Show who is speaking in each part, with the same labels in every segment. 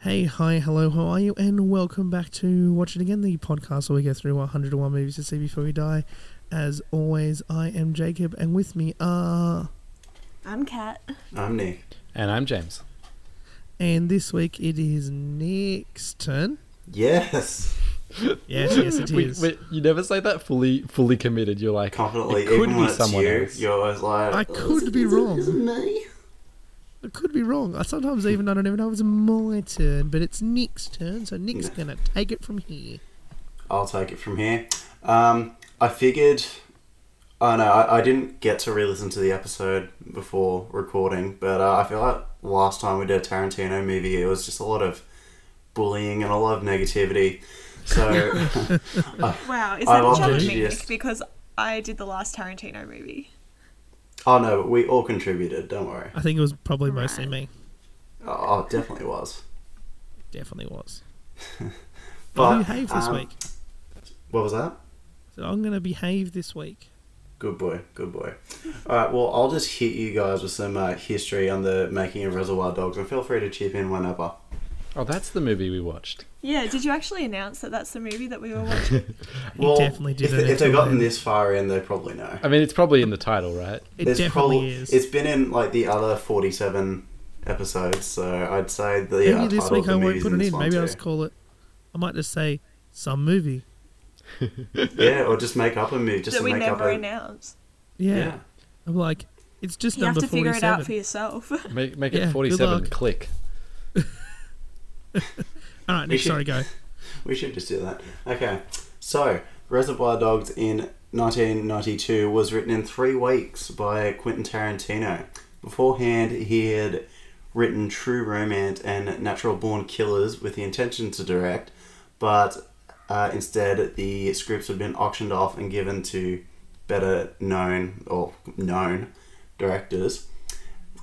Speaker 1: Hey, hi, hello, how are you? And welcome back to Watch It Again, the podcast where we go through 101 movies to see before we die. As always, I am Jacob, and with me are.
Speaker 2: I'm Kat.
Speaker 3: I'm Nick.
Speaker 4: And I'm James.
Speaker 1: And this week it is Nick's turn.
Speaker 3: Yes.
Speaker 1: Yes, yes, it
Speaker 4: We,
Speaker 1: is.
Speaker 4: we, you never say that fully fully committed. You're like,
Speaker 3: Confidently,
Speaker 4: it could
Speaker 3: even when
Speaker 4: be
Speaker 3: it's
Speaker 4: someone
Speaker 3: you,
Speaker 4: else.
Speaker 3: you're always like,
Speaker 1: I
Speaker 3: "Oh,
Speaker 1: could
Speaker 3: is
Speaker 1: be
Speaker 3: it-
Speaker 1: wrong."
Speaker 3: Is it me?
Speaker 1: It could be wrong. I sometimes even I don't even know it's my turn, but it's Nick's turn, so Nick's
Speaker 3: Yeah.
Speaker 1: gonna take it from here.
Speaker 3: I'll take it from here. Um, I figured. I know I, I didn't get to re-listen to the episode before recording, but uh, I feel like last time we did a Tarantino movie, it was just a lot of bullying and a lot of negativity. So
Speaker 2: Wow, is
Speaker 3: I
Speaker 2: that a
Speaker 3: love
Speaker 2: challenge,
Speaker 3: it,
Speaker 2: Nick?
Speaker 3: yes.
Speaker 2: Because I did the last Tarantino movie.
Speaker 3: Oh no, but we all contributed. Don't worry.
Speaker 1: I think it was probably mostly
Speaker 2: Right.
Speaker 1: me.
Speaker 3: Oh, it definitely was.
Speaker 1: Definitely was. I'll
Speaker 3: But
Speaker 1: behave this
Speaker 3: um,
Speaker 1: week.
Speaker 3: What was that?
Speaker 1: So I'm gonna behave this week.
Speaker 3: Good boy, good boy. All right, well, I'll just hit you guys with some uh, history on the making of Reservoir Dogs, and feel free to chip in whenever.
Speaker 4: oh, that's the movie we watched.
Speaker 2: Yeah, did you actually announce that that's the movie that we were watching?
Speaker 1: He definitely did
Speaker 3: if,
Speaker 1: it
Speaker 3: if they've
Speaker 1: until then.
Speaker 3: gotten this far in, they probably know.
Speaker 4: I mean, it's probably in the title, right?
Speaker 1: It
Speaker 3: There's
Speaker 1: definitely
Speaker 3: prob-
Speaker 1: is.
Speaker 3: It's been in like the other forty-seven episodes, so I'd say the uh,
Speaker 1: Maybe this
Speaker 3: title of
Speaker 1: week
Speaker 3: the
Speaker 1: I won't
Speaker 3: movie's
Speaker 1: put
Speaker 3: in
Speaker 1: it
Speaker 3: this
Speaker 1: in.
Speaker 3: one
Speaker 1: Maybe
Speaker 3: too.
Speaker 1: I'll just call it. I might just say some movie.
Speaker 3: yeah, or just make up a movie, just
Speaker 2: that
Speaker 3: to
Speaker 2: we
Speaker 3: make up
Speaker 2: never
Speaker 3: a
Speaker 2: announced.
Speaker 1: Yeah.
Speaker 3: yeah.
Speaker 1: I'm like, it's just
Speaker 2: You have
Speaker 1: number
Speaker 2: to figure it out for
Speaker 1: 47.
Speaker 2: yourself.
Speaker 4: Make make
Speaker 1: Yeah,
Speaker 4: it
Speaker 1: good
Speaker 4: 47.
Speaker 1: luck.
Speaker 4: Click.
Speaker 1: All right,
Speaker 3: We
Speaker 1: Nick,
Speaker 3: should-
Speaker 1: sorry, go.
Speaker 3: We should just do that. Okay. So, Reservoir Dogs in 1992 was written in three weeks by Quentin Tarantino. Beforehand, he had written True Romance and Natural Born Killers with the intention to direct, but uh, instead the scripts had been auctioned off and given to better known or known directors,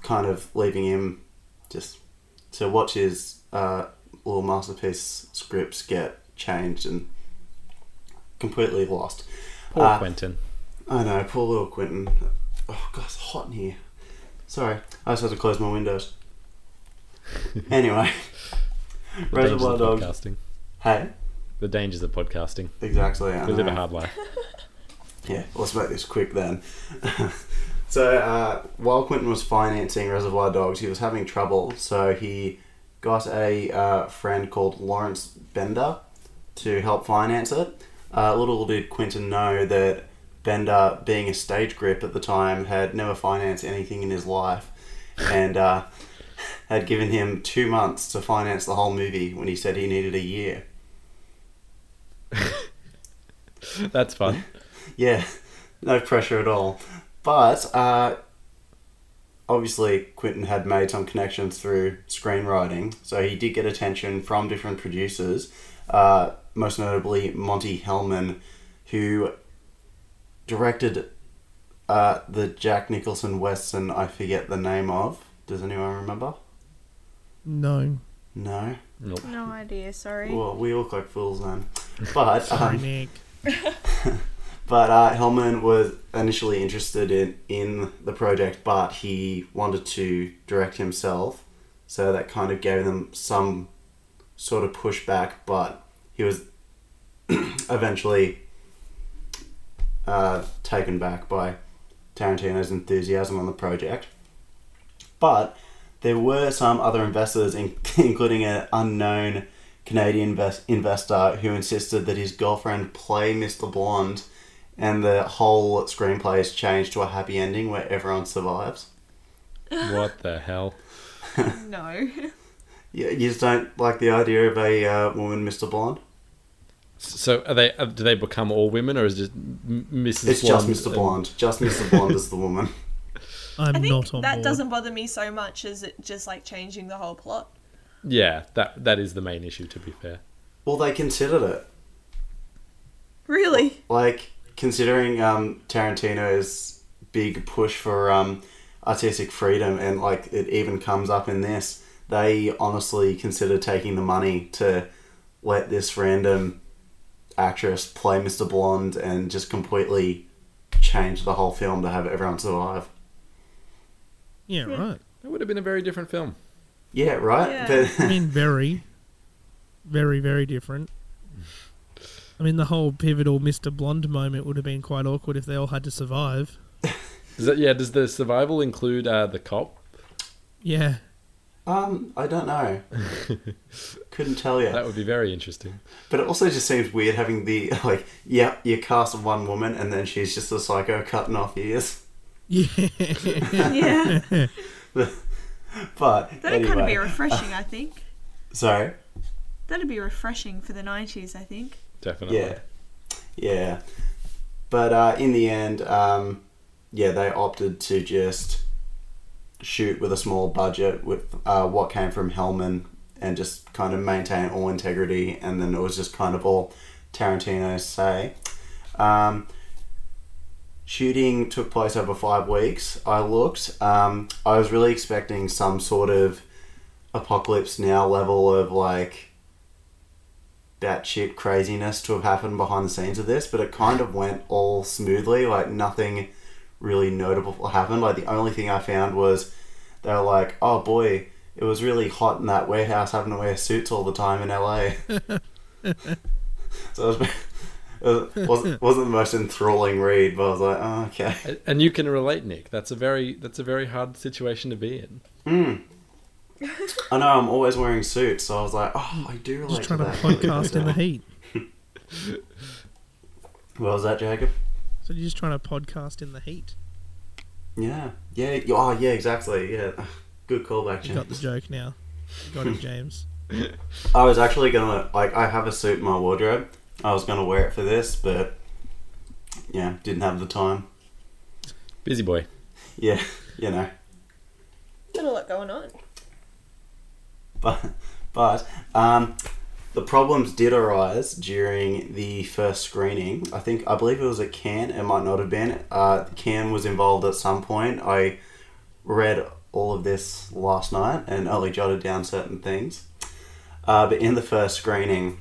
Speaker 3: kind of leaving him just to watch his uh, little masterpiece scripts get changed and completely lost.
Speaker 4: Poor
Speaker 3: Uh,
Speaker 4: Quentin.
Speaker 3: I know, poor little Quentin. Oh god, it's hot in here. Sorry, I just had to close my windows. anyway,
Speaker 4: The dangers
Speaker 3: Reservoir
Speaker 4: of
Speaker 3: Dogs.
Speaker 4: podcasting.
Speaker 3: Hey,
Speaker 4: The dangers of podcasting.
Speaker 3: exactly. I
Speaker 4: We live a
Speaker 3: know.
Speaker 4: hard life.
Speaker 3: Yeah, let's make this quick then. so, uh, while Quentin was financing Reservoir Dogs, he was having trouble, so he got a uh, friend called Lawrence Bender to help finance it. Uh, little did Quentin know that Bender, being a stage grip at the time, had never financed anything in his life and uh, had given him two months to finance the whole movie when he said he needed a year.
Speaker 4: That's fun.
Speaker 3: Yeah, no pressure at all. But uh, obviously, Quentin had made some connections through screenwriting, so he did get attention from different producers, uh, most notably Monty Hellman, who directed uh, the Jack Nicholson Western I forget the name of. Does anyone remember?
Speaker 1: No,
Speaker 3: No.
Speaker 4: Nope.
Speaker 2: no idea, sorry.
Speaker 3: Well, we all look like fools then. But
Speaker 1: sorry,
Speaker 3: um,
Speaker 1: Nick.
Speaker 3: But uh, Hellman was initially interested in, in the project, but he wanted to direct himself, so that kind of gave them some sort of pushback. But he was eventually uh, taken back by Tarantino's enthusiasm on the project. But there were some other investors, in, including an unknown Canadian invest- investor who insisted that his girlfriend play Mr. Blonde, and the whole screenplay is changed to a happy ending where everyone survives.
Speaker 4: What the hell?
Speaker 2: no.
Speaker 3: You, you just don't like the idea of a uh, woman Mr. Blonde?
Speaker 4: So are they? uh, Do they become all women, or is it just M- Mrs.
Speaker 3: It's
Speaker 4: Blonde
Speaker 3: just
Speaker 4: uh,
Speaker 3: Mr.
Speaker 4: and-
Speaker 3: Blonde. Just Mr. Blonde is the woman.
Speaker 1: I'm
Speaker 2: I think
Speaker 1: not on
Speaker 2: that
Speaker 1: board.
Speaker 2: doesn't bother me so much as it just like changing the whole plot.
Speaker 4: Uh, yeah, that that is the main issue. To be fair,
Speaker 3: Well, they considered it.
Speaker 2: Really?
Speaker 3: like considering um, Tarantino's big push for um, artistic freedom, and like it even comes up in this, they honestly consider taking the money to let this random actress play Mr. Blonde and just completely change the whole film to have everyone survive.
Speaker 1: Yeah, right.
Speaker 4: it would have been a very different film.
Speaker 3: Yeah, right.
Speaker 2: Yeah.
Speaker 3: But-
Speaker 1: I mean, very, very, very different. I mean, the whole pivotal Mr. Blonde moment would have been quite awkward if they all had to survive.
Speaker 4: Does that, yeah, does the survival include uh, the cop?
Speaker 1: Yeah.
Speaker 3: um, I don't know. Couldn't tell you.
Speaker 4: That would be very interesting.
Speaker 3: But it also just seems weird having the like, yep, you cast one woman and then she's just a psycho cutting off ears.
Speaker 1: Yeah.
Speaker 2: Yeah.
Speaker 3: But
Speaker 2: That'd kind of be
Speaker 3: anyway.
Speaker 2: refreshing, I think.
Speaker 3: Sorry.
Speaker 2: That'd be refreshing for the 90s, I think.
Speaker 4: Definitely.
Speaker 3: Yeah. Yeah. But uh, in the end, um, yeah, they opted to just shoot with a small budget with uh, what came from Hellman and just kind of maintain all integrity. And then it was just kind of all Tarantino say. Um, shooting took place over five weeks. I looked. Um, I was really expecting some sort of apocalypse now level of like batshit craziness to have happened behind the scenes of this, but it kind of went all smoothly. Like nothing really notable happened. Like the only thing I found was they were like, "Oh boy, it was really hot in that warehouse having to wear suits all the time in LA." so it was. It wasn't, wasn't the most enthralling read, but I was like, oh, okay.
Speaker 4: A- And you can relate, Nick. That's a very that's a very hard situation to be in.
Speaker 3: Hmm. I know I'm always wearing suits, so I was like, oh, I do relate
Speaker 1: Just trying
Speaker 3: to
Speaker 1: to
Speaker 3: that.
Speaker 1: podcast in the heat.
Speaker 3: What was that, Jacob?
Speaker 1: So you're just trying to podcast in the heat.
Speaker 3: Yeah, yeah, you- oh, yeah, exactly. Yeah, good callback,
Speaker 1: You got the
Speaker 3: James.
Speaker 1: joke now. You got it, James.
Speaker 3: I was actually gonna like I have a suit in my wardrobe. I was gonna wear it for this, but yeah, didn't have the time.
Speaker 4: Busy boy.
Speaker 3: Yeah, you know.
Speaker 2: Got a lot going on.
Speaker 3: But but um, the problems did arise during the first screening. I think I believe it was at Cannes. It might not have been. Uh, Cannes was involved at some point. I read all of this last night and only jotted down certain things. Uh, but in the first screening,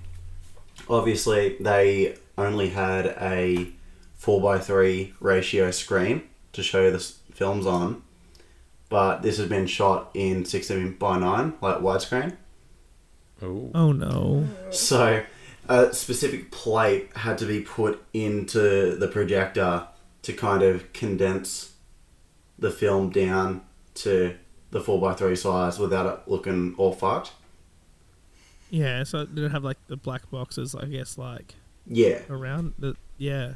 Speaker 3: obviously they only had a four by three ratio screen to show the s- films on. But this has been shot in sixteen by nine, like widescreen.
Speaker 4: Ooh.
Speaker 1: Oh no.
Speaker 3: So, a specific plate had to be put into the projector to kind of condense the film down to the 4x3 size without it looking all fucked.
Speaker 1: Yeah, so did it have like the black boxes, I guess, like
Speaker 3: Yeah.
Speaker 1: around the. Yeah.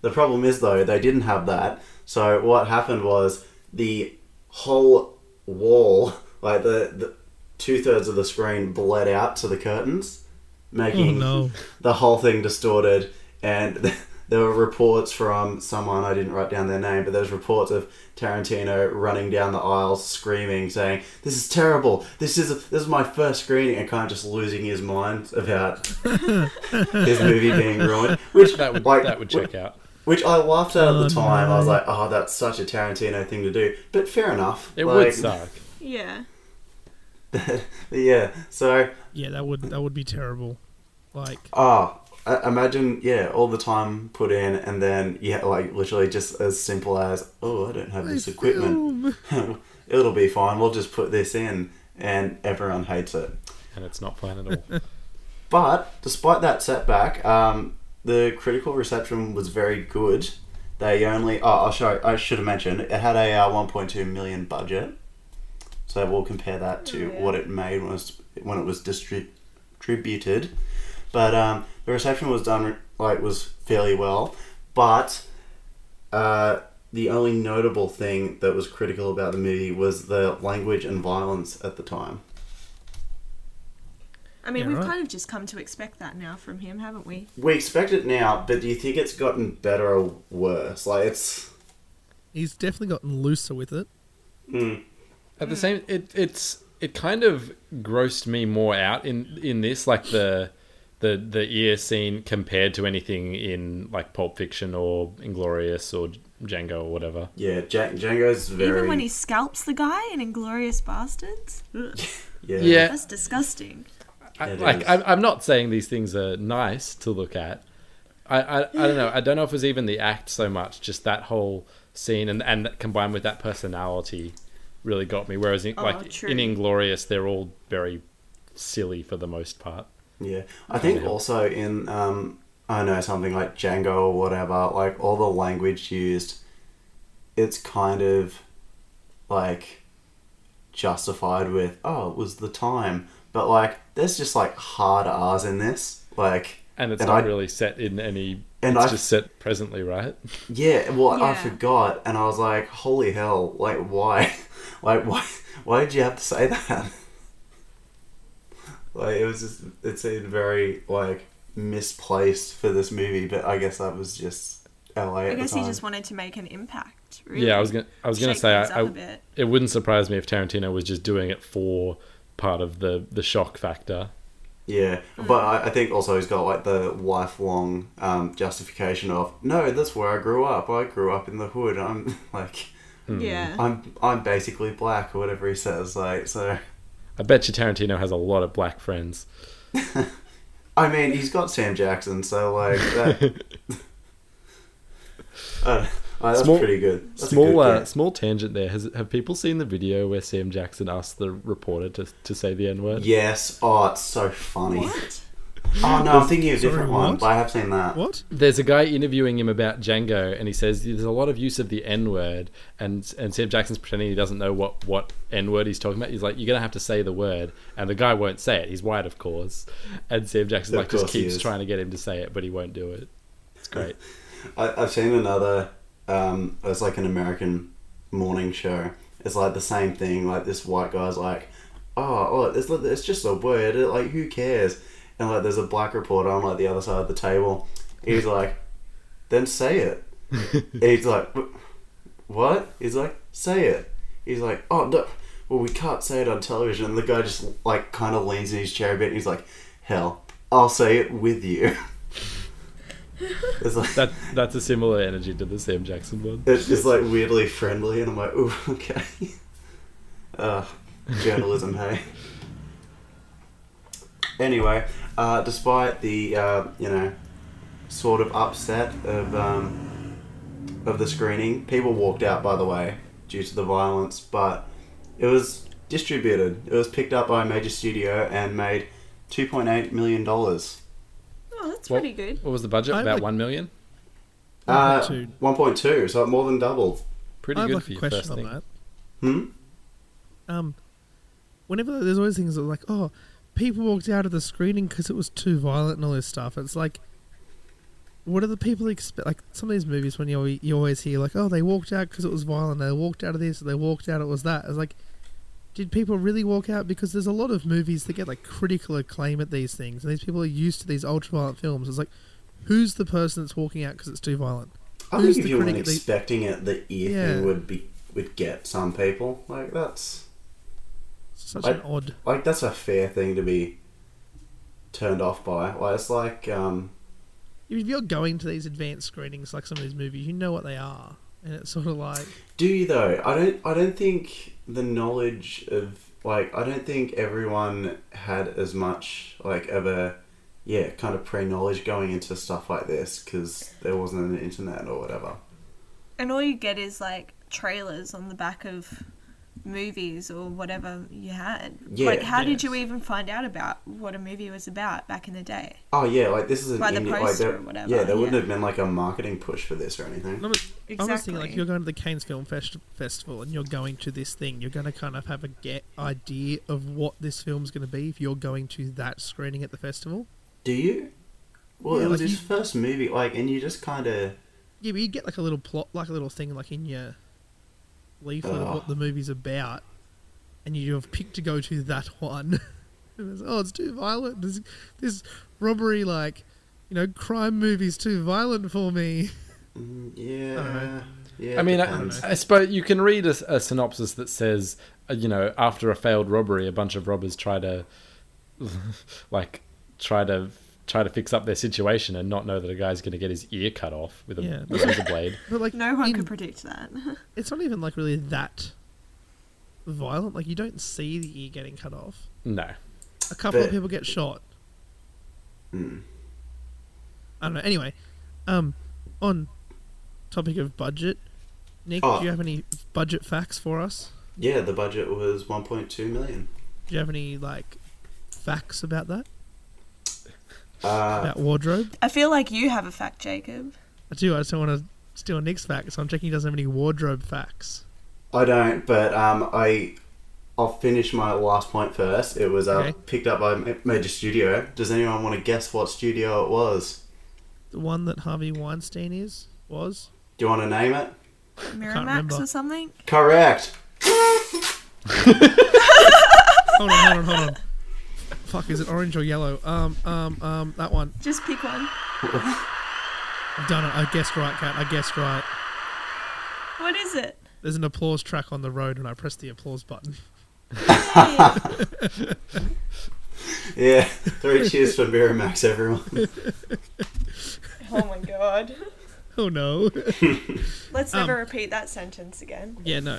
Speaker 3: The problem is, though, they didn't have that. So, what happened was the whole wall, like the, the two thirds of the screen, bled out to the curtains,
Speaker 1: Oh
Speaker 3: making
Speaker 1: no.
Speaker 3: the whole thing distorted and there were reports from someone i didn't write down their name but there was reports of tarantino running down the aisles screaming saying this is terrible this is this is my first screening and kind of just losing his mind about his movie being ruined which
Speaker 4: That would
Speaker 3: like,
Speaker 4: that would check out.
Speaker 3: which i laughed at at
Speaker 1: Oh,
Speaker 3: the time i was
Speaker 1: no.
Speaker 3: like oh that's such a tarantino thing to do but fair enough
Speaker 4: It
Speaker 3: like,
Speaker 4: would suck.
Speaker 2: Yeah.
Speaker 3: yeah so
Speaker 1: Yeah, that would that would be terrible. Like
Speaker 3: Ah, I imagine, yeah, all the time put in, and then, yeah, like literally just as simple as, oh, I don't have this equipment.
Speaker 1: Film.
Speaker 3: It'll be fine. We'll just put this in, and everyone hates it.
Speaker 4: And it's not fun at all.
Speaker 3: But despite that setback, um, the critical reception was very good. They only, oh, I'll show, I should have mentioned, it had a uh, 1.2 million budget. So we'll compare that to
Speaker 2: Yeah.
Speaker 3: what it made when it was, when it was distri- distributed. But um, the reception was done, like, was fairly well. But uh, the only notable thing that was critical about the movie was the language and violence at the time.
Speaker 2: I mean,
Speaker 1: Yeah,
Speaker 2: we've
Speaker 1: right.
Speaker 2: kind of just come to expect that now from him, haven't we?
Speaker 3: We expect it now, but do you think it's gotten better or worse? Like it's
Speaker 1: He's definitely gotten looser with it.
Speaker 4: At the same, it it's it kind of grossed me more out in in this like the the the ear scene compared to anything in like Pulp Fiction or Inglorious or Django or whatever.
Speaker 3: yeah, Jack Django's very
Speaker 2: Even when he scalps the guy in Inglorious Bastards? Ugh,
Speaker 3: yeah.
Speaker 4: Yeah,
Speaker 2: That's disgusting.
Speaker 4: I,
Speaker 3: It is.
Speaker 4: like I'm, I'm not saying these things are nice to look at. I, I I don't know. I don't know if it was even the act so much, just that whole scene and and that combined with that personality really got me. Whereas in,
Speaker 2: Oh,
Speaker 4: like
Speaker 2: true.
Speaker 4: in Inglorious, they're all very silly for the most part.
Speaker 3: Yeah, I think
Speaker 4: Yeah.
Speaker 3: also in um, I don't know something like Django or whatever, like all the language used, it's kind of like justified with oh it was the time, but like there's just like hard R's in this, like
Speaker 4: And it's
Speaker 3: And
Speaker 4: not
Speaker 3: I-
Speaker 4: really set in any.
Speaker 3: and
Speaker 4: it's
Speaker 3: I-
Speaker 4: just set presently, right?
Speaker 3: yeah, well I
Speaker 2: Yeah.
Speaker 3: forgot, and I was like holy hell, like why, like why, why did you have to say that? Like it was just it seemed very like misplaced for this movie, but I guess that was just LA at
Speaker 2: I guess
Speaker 3: the
Speaker 2: he
Speaker 3: time.
Speaker 2: just wanted to make an impact. Really.
Speaker 4: Yeah, I was gonna. I was gonna
Speaker 2: Shake
Speaker 4: say
Speaker 2: things
Speaker 4: I,
Speaker 2: up a
Speaker 4: I,
Speaker 2: bit.
Speaker 4: it wouldn't surprise me if Tarantino was just doing it for part of the the shock factor.
Speaker 3: Yeah,
Speaker 2: Hmm.
Speaker 3: but I, I think also he's got like the lifelong um, justification of no, that's where I grew up. I grew up in the hood. I'm like
Speaker 4: Hmm.
Speaker 2: Yeah.
Speaker 3: I'm I'm basically black or whatever he says. Like so,
Speaker 4: I bet you Tarantino has a lot of black friends.
Speaker 3: I mean he's got Sam Jackson, so like that. I don't- like, that's
Speaker 4: Small-
Speaker 3: pretty good. That's a
Speaker 4: small
Speaker 3: good
Speaker 4: uh,
Speaker 3: guess.
Speaker 4: small tangent there. Has, have people seen the video where Sam Jackson asked the reporter to, to say the N word?
Speaker 3: Yes. Oh, it's so funny.
Speaker 2: What?
Speaker 3: Oh no, I'm thinking of a
Speaker 1: Sorry,
Speaker 3: different one,
Speaker 1: what?
Speaker 3: but I have seen that.
Speaker 1: What?
Speaker 4: There's a guy interviewing him about Django, and he says there's a lot of use of the N word, and and Sam Jackson's pretending he doesn't know what what N word he's talking about. He's like, you're gonna have to say the word, and the guy won't say it. He's white, of course, and Sam Jackson
Speaker 3: Of
Speaker 4: like just
Speaker 3: course he
Speaker 4: keeps
Speaker 3: is.
Speaker 4: trying to get him to say it, but he won't do it. It's great.
Speaker 3: I, I've seen another. Um, it's like an American morning show. It's like the same thing. Like this white guy's like, oh, oh, it's li- it's just a word. It, like who cares? And like there's a black reporter on like the other side of the table. He's like, then say it. And he's like, "Wh- what? He's like, say it. He's like, oh no. Well, we can't say it on television. And the guy just like kind of leans in his chair a bit. And he's like, hell, I'll say it with you. it's like
Speaker 4: That that's a similar energy to the Sam Jackson one.
Speaker 3: it's just like weirdly friendly, and I'm like, ooh, okay. Uh, journalism, hey. Anyway, uh, despite the uh, you know sort of upset of um, of the screening, people walked out by the way due to the violence, but it was distributed. It was picked up by a major studio and made two point eight million dollars.
Speaker 2: Oh, that's
Speaker 4: Well-
Speaker 2: pretty good.
Speaker 4: What was the budget?
Speaker 1: I
Speaker 4: about
Speaker 1: like-
Speaker 4: one million.
Speaker 3: Uh,
Speaker 1: 1.2.
Speaker 3: one point two, so it more than doubled.
Speaker 4: Pretty
Speaker 1: I have
Speaker 4: good
Speaker 1: like
Speaker 4: for
Speaker 1: a
Speaker 4: your
Speaker 1: question
Speaker 4: first
Speaker 1: on
Speaker 4: thing.
Speaker 1: that.
Speaker 3: Hmm.
Speaker 1: Um, whenever there's always things that are like, oh, people walked out of the screening because it was too violent and all this stuff. It's like, what are the people expect? Like some of these movies, when you you always hear like, oh, they walked out because it was violent. They walked out of this. They walked out. It was that. It's like, did people really walk out? Because there's a lot of movies that get like critical acclaim at these things, and these people are used to these ultra-violent films. It's like, who's the person that's walking out because it's too violent?
Speaker 3: I
Speaker 1: Who's
Speaker 3: think if
Speaker 1: the
Speaker 3: you weren't
Speaker 1: critic that-
Speaker 3: expecting it, the ear
Speaker 1: Yeah.
Speaker 3: thing would be would get some people. Like that's
Speaker 1: Such
Speaker 3: I-
Speaker 1: an odd.
Speaker 3: like that's a fair thing to be turned off by. Like it's like um,
Speaker 1: If you're going to these advanced screenings, like some of these movies, you know what they are, and it's sort of like.
Speaker 3: do you though? I don't. I don't think the knowledge of like I don't think everyone had as much like of a yeah kind of pre knowledge going into stuff like this because there wasn't an internet or whatever.
Speaker 2: And all you get is like trailers on the back of movies or whatever you had.
Speaker 3: Yeah,
Speaker 2: like, how did you
Speaker 4: yes.
Speaker 2: even find out about what a movie was about back in the day?
Speaker 3: Oh yeah, like this is an
Speaker 2: By the
Speaker 3: indie- like
Speaker 2: poster
Speaker 3: there,
Speaker 2: or whatever,
Speaker 3: Yeah, there wouldn't
Speaker 2: yeah.
Speaker 3: have been like a marketing push for this or anything.
Speaker 1: No, but I was thinking, like, you're going to the Cannes Film Fest- Festival and you're going to this thing, you're going to kind of have a get idea of what this film's going to be if you're going to that screening at the festival.
Speaker 3: Do you? Well,
Speaker 1: Yeah,
Speaker 3: it was
Speaker 1: like
Speaker 3: his
Speaker 1: you-
Speaker 3: first movie, like, and you just kind of
Speaker 1: Yeah, but you'd get, like, a little plot, like, a little thing, like, in your leaflet of
Speaker 3: Ugh.
Speaker 1: what the movie's about, and you have picked to go to that one. and it's, oh, it's too violent. This, this robbery, like, you know, crime movie's too violent for me.
Speaker 3: mm, yeah,
Speaker 1: know.
Speaker 3: yeah.
Speaker 4: I mean, I,
Speaker 3: depends.
Speaker 4: I suppose you can read a, s- a synopsis that says, uh, you know, after a failed robbery, a bunch of robbers try to, like, try to try to fix up their situation and not know that a guy's going to get his ear cut off with a
Speaker 1: Yeah.
Speaker 4: with a razor blade.
Speaker 1: But, like,
Speaker 2: No one
Speaker 1: in-
Speaker 2: could predict that.
Speaker 1: it's not even like really that violent. Like you don't see the ear getting cut off.
Speaker 4: No,
Speaker 1: A couple of
Speaker 3: But-
Speaker 1: people get shot.
Speaker 3: Hmm.
Speaker 1: I don't know. Anyway, um, on topic of budget, Nick,
Speaker 3: Oh.
Speaker 1: do you have any budget facts for us?
Speaker 3: Yeah, the budget was 1.2 million.
Speaker 1: Do you have any like facts about that?
Speaker 3: Uh,
Speaker 1: About wardrobe?
Speaker 2: I feel like you have a fact, Jacob.
Speaker 1: I do. I just don't want to steal Nick's facts. So I'm checking he doesn't have any wardrobe facts.
Speaker 3: I don't, but um, I I'll finish my last point first. It was uh,
Speaker 1: Okay.
Speaker 3: picked up by Ma- Major Studio. Does anyone want to guess what studio it was?
Speaker 1: The one that Harvey Weinstein is was.
Speaker 3: Do you want to name it?
Speaker 2: Miramax
Speaker 1: remember.
Speaker 2: or something?
Speaker 3: Correct.
Speaker 1: Hold on, hold on, hold on. Fuck, is it orange or yellow? Um, um, um, that one.
Speaker 2: Just pick one.
Speaker 1: I've done it. I guessed right, Cat. I guessed right.
Speaker 2: What is it?
Speaker 1: There's an applause track on the road, and I pressed the applause button.
Speaker 2: Hey.
Speaker 3: Yeah, three cheers for Miramax, everyone.
Speaker 2: oh my god.
Speaker 1: Oh no.
Speaker 2: Let's
Speaker 1: Um,
Speaker 2: never repeat that sentence again.
Speaker 1: yeah, no.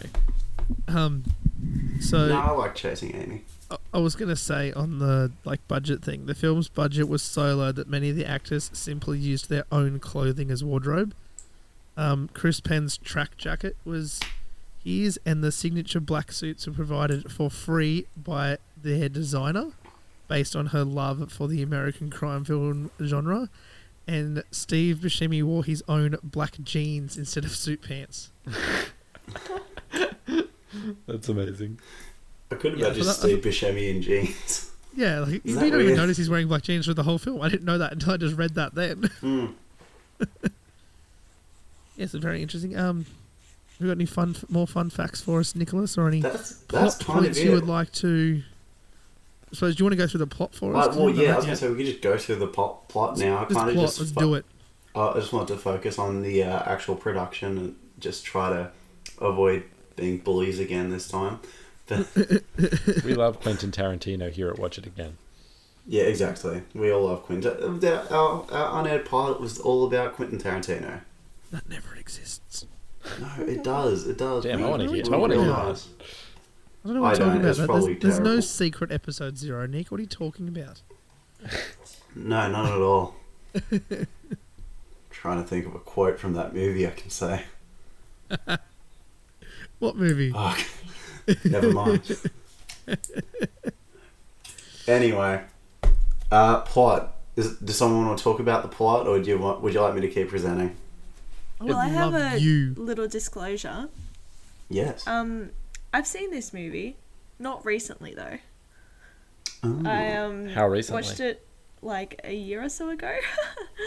Speaker 1: Um, so
Speaker 3: no, I like chasing Amy.
Speaker 1: I- I was gonna say on the like budget thing, the film's budget was so low that many of the actors simply used their own clothing as wardrobe. Um, Chris Penn's track jacket was his, and the signature black suits were provided for free by their designer, based on her love for the American crime film genre. And Steve Buscemi wore his own black jeans instead of suit pants.
Speaker 4: That's amazing.
Speaker 3: I could
Speaker 1: Yeah,
Speaker 3: imagine
Speaker 1: but that-
Speaker 3: Steve Buscemi in jeans.
Speaker 1: Yeah, like you
Speaker 3: that
Speaker 1: don't even
Speaker 3: weird?
Speaker 1: notice he's wearing black jeans for the whole film. I didn't know that until I just read that then.
Speaker 3: Hmm.
Speaker 1: Yes, it's very interesting. Um, we got any fun, more fun facts for us, Nicholas, or any
Speaker 3: That's that's
Speaker 1: plot
Speaker 3: kind of
Speaker 1: points you
Speaker 3: it.
Speaker 1: would like to? I suppose do you want to go through the plot for us?
Speaker 3: Like, well,
Speaker 1: 'Cause we've
Speaker 3: yeah, I
Speaker 1: done
Speaker 3: was
Speaker 1: that
Speaker 3: gonna say we could just go through the plot plot now. I
Speaker 1: yet. Just
Speaker 3: kind of
Speaker 1: plot.
Speaker 3: just
Speaker 1: Let's
Speaker 3: fo-
Speaker 1: do it.
Speaker 3: I I just wanted to focus on the uh, actual production and just try to avoid being bullies again this time. But,
Speaker 4: We love Quentin Tarantino here at Watch It Again.
Speaker 3: yeah, exactly. We all love Quentin. The- Our, our unaired pilot was all about Quentin Tarantino.
Speaker 1: That never exists.
Speaker 3: No, it does. It does.
Speaker 4: Damn,
Speaker 1: I wanna
Speaker 3: we-
Speaker 1: hear-
Speaker 3: we
Speaker 1: I wanna hear
Speaker 3: realise.
Speaker 1: I don't know what
Speaker 3: I
Speaker 1: you're talking
Speaker 3: don't,
Speaker 1: about.
Speaker 3: it's
Speaker 1: That.
Speaker 3: probably
Speaker 1: There's, there's no
Speaker 3: terrible.
Speaker 1: secret episode zero, Nick. What are you talking about?
Speaker 3: No, not at all. Trying to think of a quote from that movie I can say.
Speaker 1: What movie?
Speaker 3: Fuck. Never mind. anyway, uh, plot. Is, does someone want to talk about the plot, or do you want? Would you like me to keep presenting?
Speaker 1: I would
Speaker 2: Well, I have
Speaker 1: love
Speaker 2: a
Speaker 1: you.
Speaker 2: little disclosure.
Speaker 3: Yes.
Speaker 2: Um, I've seen this movie, not recently though.
Speaker 3: Oh.
Speaker 2: I um
Speaker 4: How recently?
Speaker 2: watched it like a year or so ago.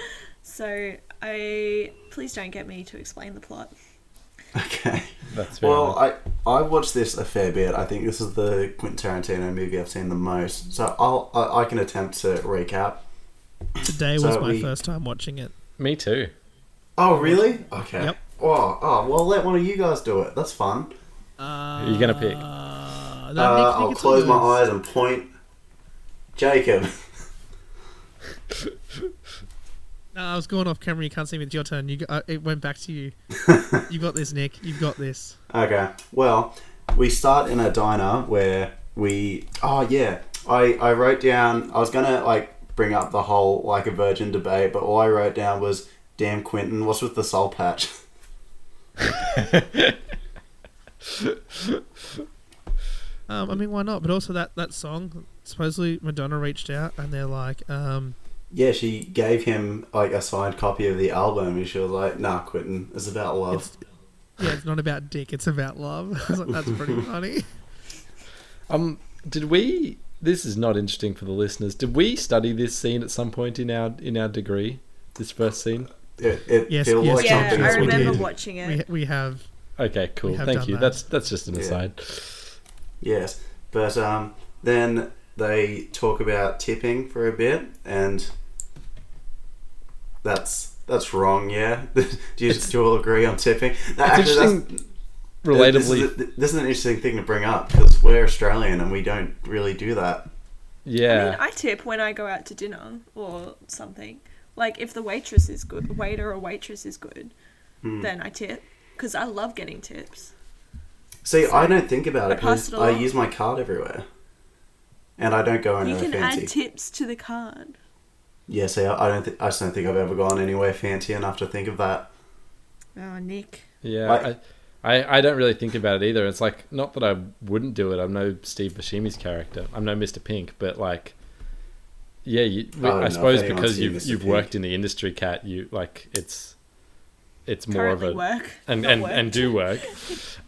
Speaker 2: so I please don't get me to explain the plot. uh,
Speaker 3: okay.
Speaker 4: That's very
Speaker 3: Well, I I watched this a fair bit. I think this is the Quentin Tarantino movie I've seen the most, so I'll I, I can attempt to recap.
Speaker 1: Today
Speaker 3: So
Speaker 1: was my
Speaker 3: we-
Speaker 1: first time watching it.
Speaker 4: me too.
Speaker 3: Oh really? Okay.
Speaker 1: Yep.
Speaker 3: Oh, oh well, let one of you guys do it. That's fun.
Speaker 1: Uh,
Speaker 4: you gonna pick?
Speaker 1: Uh,
Speaker 3: Uh, I'll close my eyes and point. Jacob.
Speaker 1: No, I was going off camera. You can't see me. It's your turn. You, go- uh, it went back to you. you got this, Nick. You've got this.
Speaker 3: Okay. Well, we start in a diner where we. Oh yeah, I I wrote down. I was gonna like bring up the whole like a virgin debate, but all I wrote down was, "Damn Quentin, what's with the soul patch?"
Speaker 1: Um, I mean, why not? But also that that song. Supposedly Madonna reached out and they're like, um,
Speaker 3: yeah, she gave him like a signed copy of the album, and she was like, "Nah, Quentin, it's about love."
Speaker 1: It's- "Yeah, it's not about dick. It's about love." I was like, "That's pretty funny."
Speaker 4: Um, did we? This is not interesting for the listeners. Did we study this scene at some point in our in our degree? This first scene.
Speaker 3: It, it
Speaker 1: Yes,
Speaker 3: feels
Speaker 1: yes,
Speaker 3: like
Speaker 1: yes,
Speaker 2: yeah,
Speaker 3: something
Speaker 1: yes,
Speaker 2: I
Speaker 3: that we
Speaker 2: remember
Speaker 3: did.
Speaker 2: watching it.
Speaker 1: We we have
Speaker 4: Okay, cool.
Speaker 1: have
Speaker 4: Thank
Speaker 1: done
Speaker 4: you.
Speaker 1: that.
Speaker 4: That's that's just an
Speaker 3: Yeah.
Speaker 4: aside.
Speaker 3: Yes, but um, then they talk about tipping for a bit, and that's that's wrong. Yeah, do you do you all agree on tipping? No, actually, that's-
Speaker 4: interesting.
Speaker 3: This
Speaker 4: Relatably,
Speaker 3: is, a- this is an interesting thing to bring up because we're Australian and we don't really do that.
Speaker 4: yeah.
Speaker 2: I mean, I tip when I go out to dinner or something. Like if the waitress is good, waiter or waitress is good,
Speaker 3: Hmm.
Speaker 2: then I tip because I love getting tips.
Speaker 3: See, I don't think about
Speaker 2: I
Speaker 3: it because
Speaker 2: passed it
Speaker 3: I
Speaker 2: along.
Speaker 3: use my card everywhere, and I don't go
Speaker 2: you
Speaker 3: anywhere
Speaker 2: can
Speaker 3: fancy.
Speaker 2: add tips to the card.
Speaker 3: yeah, see, I I don't. Th- I just don't think I've ever gone anywhere fancy enough to think of that.
Speaker 2: Oh, Nick.
Speaker 4: Yeah,
Speaker 3: Like-
Speaker 4: I, I, I don't really think about it either. It's like not that I wouldn't do it. I'm no Steve Buscemi's character. I'm no Mr. Pink, but like, yeah, you,
Speaker 3: I don't
Speaker 4: I,
Speaker 3: know Oh, if
Speaker 4: suppose
Speaker 3: anyone's
Speaker 4: because
Speaker 3: seen
Speaker 4: you've
Speaker 3: Mr.
Speaker 4: you've
Speaker 3: Pink.
Speaker 4: worked in the industry, cat. You like it's it's more
Speaker 2: Currently
Speaker 4: of a
Speaker 2: work.
Speaker 4: and
Speaker 2: not
Speaker 4: and,
Speaker 2: worked.
Speaker 4: and do work.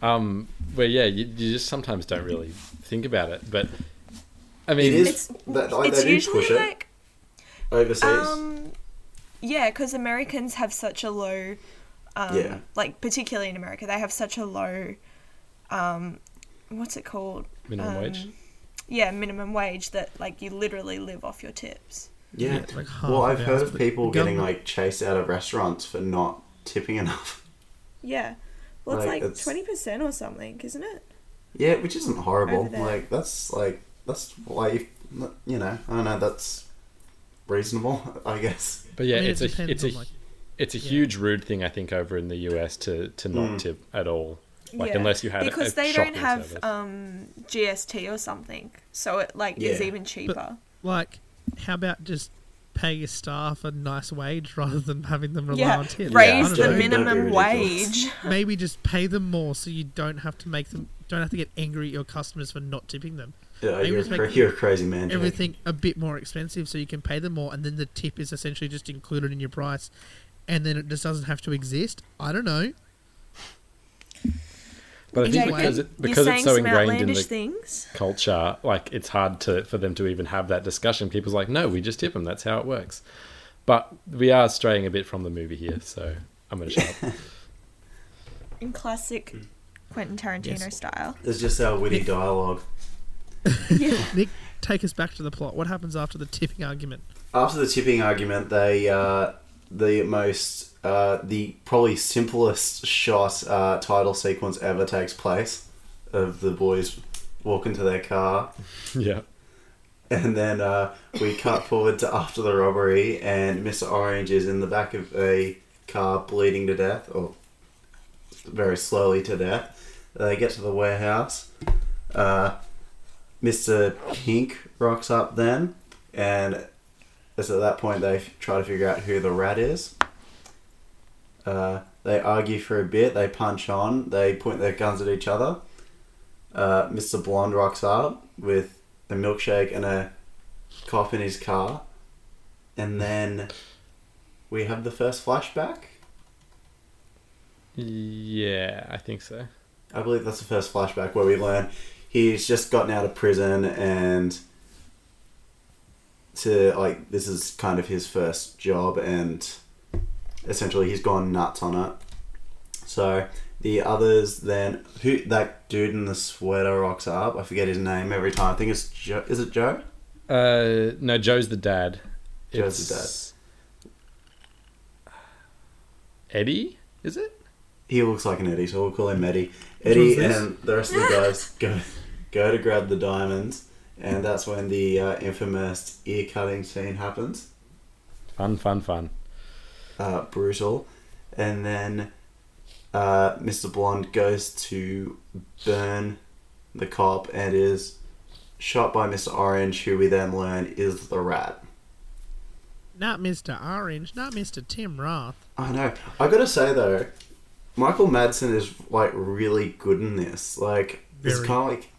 Speaker 4: um, where yeah, you, you just sometimes don't really think about it. But I
Speaker 3: It
Speaker 4: mean,
Speaker 3: is-
Speaker 2: It's
Speaker 3: That- like,
Speaker 2: it's
Speaker 3: they do
Speaker 2: usually
Speaker 3: push it.
Speaker 2: like
Speaker 3: overseas.
Speaker 2: um, yeah, because Americans have such a low, um,
Speaker 3: Yeah.
Speaker 2: like particularly in America, they have such a low, um, what's it called?
Speaker 4: minimum wage.
Speaker 2: Um, Yeah, minimum wage that like you literally live off your tips.
Speaker 3: yeah.
Speaker 1: yeah, like half
Speaker 3: well,
Speaker 1: of
Speaker 3: I've heard
Speaker 1: ours,
Speaker 3: of
Speaker 1: but
Speaker 3: people getting
Speaker 1: government-
Speaker 3: like chased out of restaurants for not tipping enough.
Speaker 2: Yeah, well
Speaker 3: Like,
Speaker 2: it's like
Speaker 3: it's-
Speaker 2: twenty percent or something, isn't it?
Speaker 3: Yeah, which isn't horrible.
Speaker 2: Over there.
Speaker 3: Like that's like that's like you know I don't know that's reasonable I guess.
Speaker 4: But yeah,
Speaker 1: I mean,
Speaker 4: it's
Speaker 1: it
Speaker 4: a
Speaker 1: depends
Speaker 4: it's a
Speaker 1: on, like-
Speaker 4: it's a huge rude thing I think over in the US to to not
Speaker 3: Mm.
Speaker 4: tip at all. Like
Speaker 2: yeah.
Speaker 4: unless you had a-
Speaker 2: because
Speaker 4: a,
Speaker 2: they don't
Speaker 4: shopping
Speaker 2: have
Speaker 4: service.
Speaker 2: um, GST or something, so it like is
Speaker 3: Yeah.
Speaker 2: even cheaper.
Speaker 1: like, how about just pay your staff a nice wage rather than having them rely
Speaker 2: yeah,
Speaker 1: on tips?
Speaker 2: raise
Speaker 1: I don't
Speaker 2: the
Speaker 1: know.
Speaker 3: min- That'd
Speaker 2: minimum
Speaker 3: be ridiculous.
Speaker 2: wage.
Speaker 1: Maybe just pay them more so you don't have to make them don't have to get angry at your customers for not tipping them.
Speaker 3: Yeah,
Speaker 1: Maybe
Speaker 3: you're, a
Speaker 1: just
Speaker 3: cra-
Speaker 1: make
Speaker 3: you're a crazy man. Jake.
Speaker 1: Everything a bit more expensive so you can pay them more, and then the tip is essentially just included in your price, and then it just doesn't have to exist. I don't know.
Speaker 4: But I
Speaker 1: Yeah,
Speaker 4: think
Speaker 1: you-
Speaker 4: because it,
Speaker 2: You're
Speaker 4: because
Speaker 2: saying
Speaker 4: it's so
Speaker 2: some
Speaker 4: ingrained in
Speaker 2: outlandish
Speaker 4: the
Speaker 2: things.
Speaker 4: culture, like it's hard to for them to even have that discussion. People's like, no, we just tip them. That's how it works. But we are straying a bit from the movie here, so I'm going to shut up.
Speaker 2: in classic
Speaker 3: Mm.
Speaker 2: Quentin Tarantino
Speaker 1: Yes.
Speaker 2: style.
Speaker 3: It's just our witty dialogue.
Speaker 1: Nick, take us back to the plot. What happens after the tipping argument?
Speaker 3: After the tipping argument, they uh, the most uh, the probably simplest shot uh, title sequence ever takes place of the boys walking to their car,
Speaker 4: yeah,
Speaker 3: and then uh, we cut forward to after the robbery, and Mr. Orange is in the back of a car bleeding to death, or very slowly to death. They get to the warehouse. Uh, Mr. Pink rocks up then, and it's at that point they f- try to figure out who the rat is. Uh, they argue for a bit, they punch on, they point their guns at each other. Uh, Mr. Blonde rocks up with a milkshake and a cop in his car. And then we have the first flashback.
Speaker 4: yeah, I think so.
Speaker 3: I believe that's the first flashback where we learn he's just gotten out of prison and to like this is kind of his first job and essentially he's gone nuts on it. So the others then who that dude in the sweater rocks up. I forget his name every time. I think it's Joe. Is it Joe?
Speaker 4: Uh, no, Joe's the dad.
Speaker 3: Joe's the
Speaker 4: dad. Eddie, is it?
Speaker 3: He looks like an Eddie, so we'll call him Eddie.
Speaker 1: Which
Speaker 3: Eddie
Speaker 1: one's this?
Speaker 3: and the rest of the guys go go to grab the diamonds, and that's when the uh, infamous ear cutting scene happens.
Speaker 4: Fun, fun, fun.
Speaker 3: Uh, brutal, and then uh, Mr. Blonde goes to burn the cop and is shot by Mr. Orange, who we then learn is the rat.
Speaker 1: Not Mr. Orange, not Mr. Tim Roth.
Speaker 3: I know. I gotta say though, Michael Madsen is like really good in this. Like it's
Speaker 1: Very.
Speaker 3: kind of like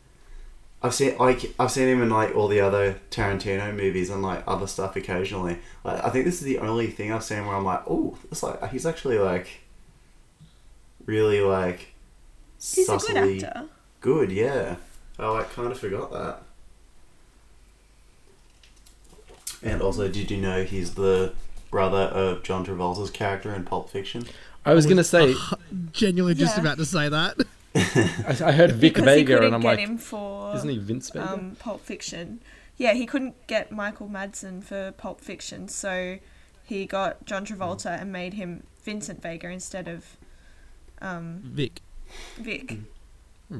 Speaker 3: I've seen like I've seen him in like all the other Tarantino movies and like other stuff occasionally. Like, I think this is the only thing I've seen where I'm like, oh, it's like he's actually like really like
Speaker 2: He's a good
Speaker 3: subtly
Speaker 2: actor.
Speaker 3: good. Yeah, Oh, I like kind of forgot that. And also, did you know he's the brother of John Travolta's character in Pulp Fiction?
Speaker 4: I was going to say,
Speaker 1: Genuinely just
Speaker 2: Yeah.
Speaker 1: about to say that.
Speaker 4: I, I heard Vic
Speaker 2: Because he
Speaker 4: Vega,
Speaker 2: couldn't
Speaker 4: and I'm
Speaker 2: get
Speaker 4: like,
Speaker 2: him for
Speaker 4: isn't he Vince Vega?
Speaker 2: um, Pulp Fiction. Yeah, he couldn't get Michael Madsen for Pulp Fiction, so he got John Travolta and made him Vincent Vega instead of um,
Speaker 1: Vic.
Speaker 2: Vic.
Speaker 4: Mm,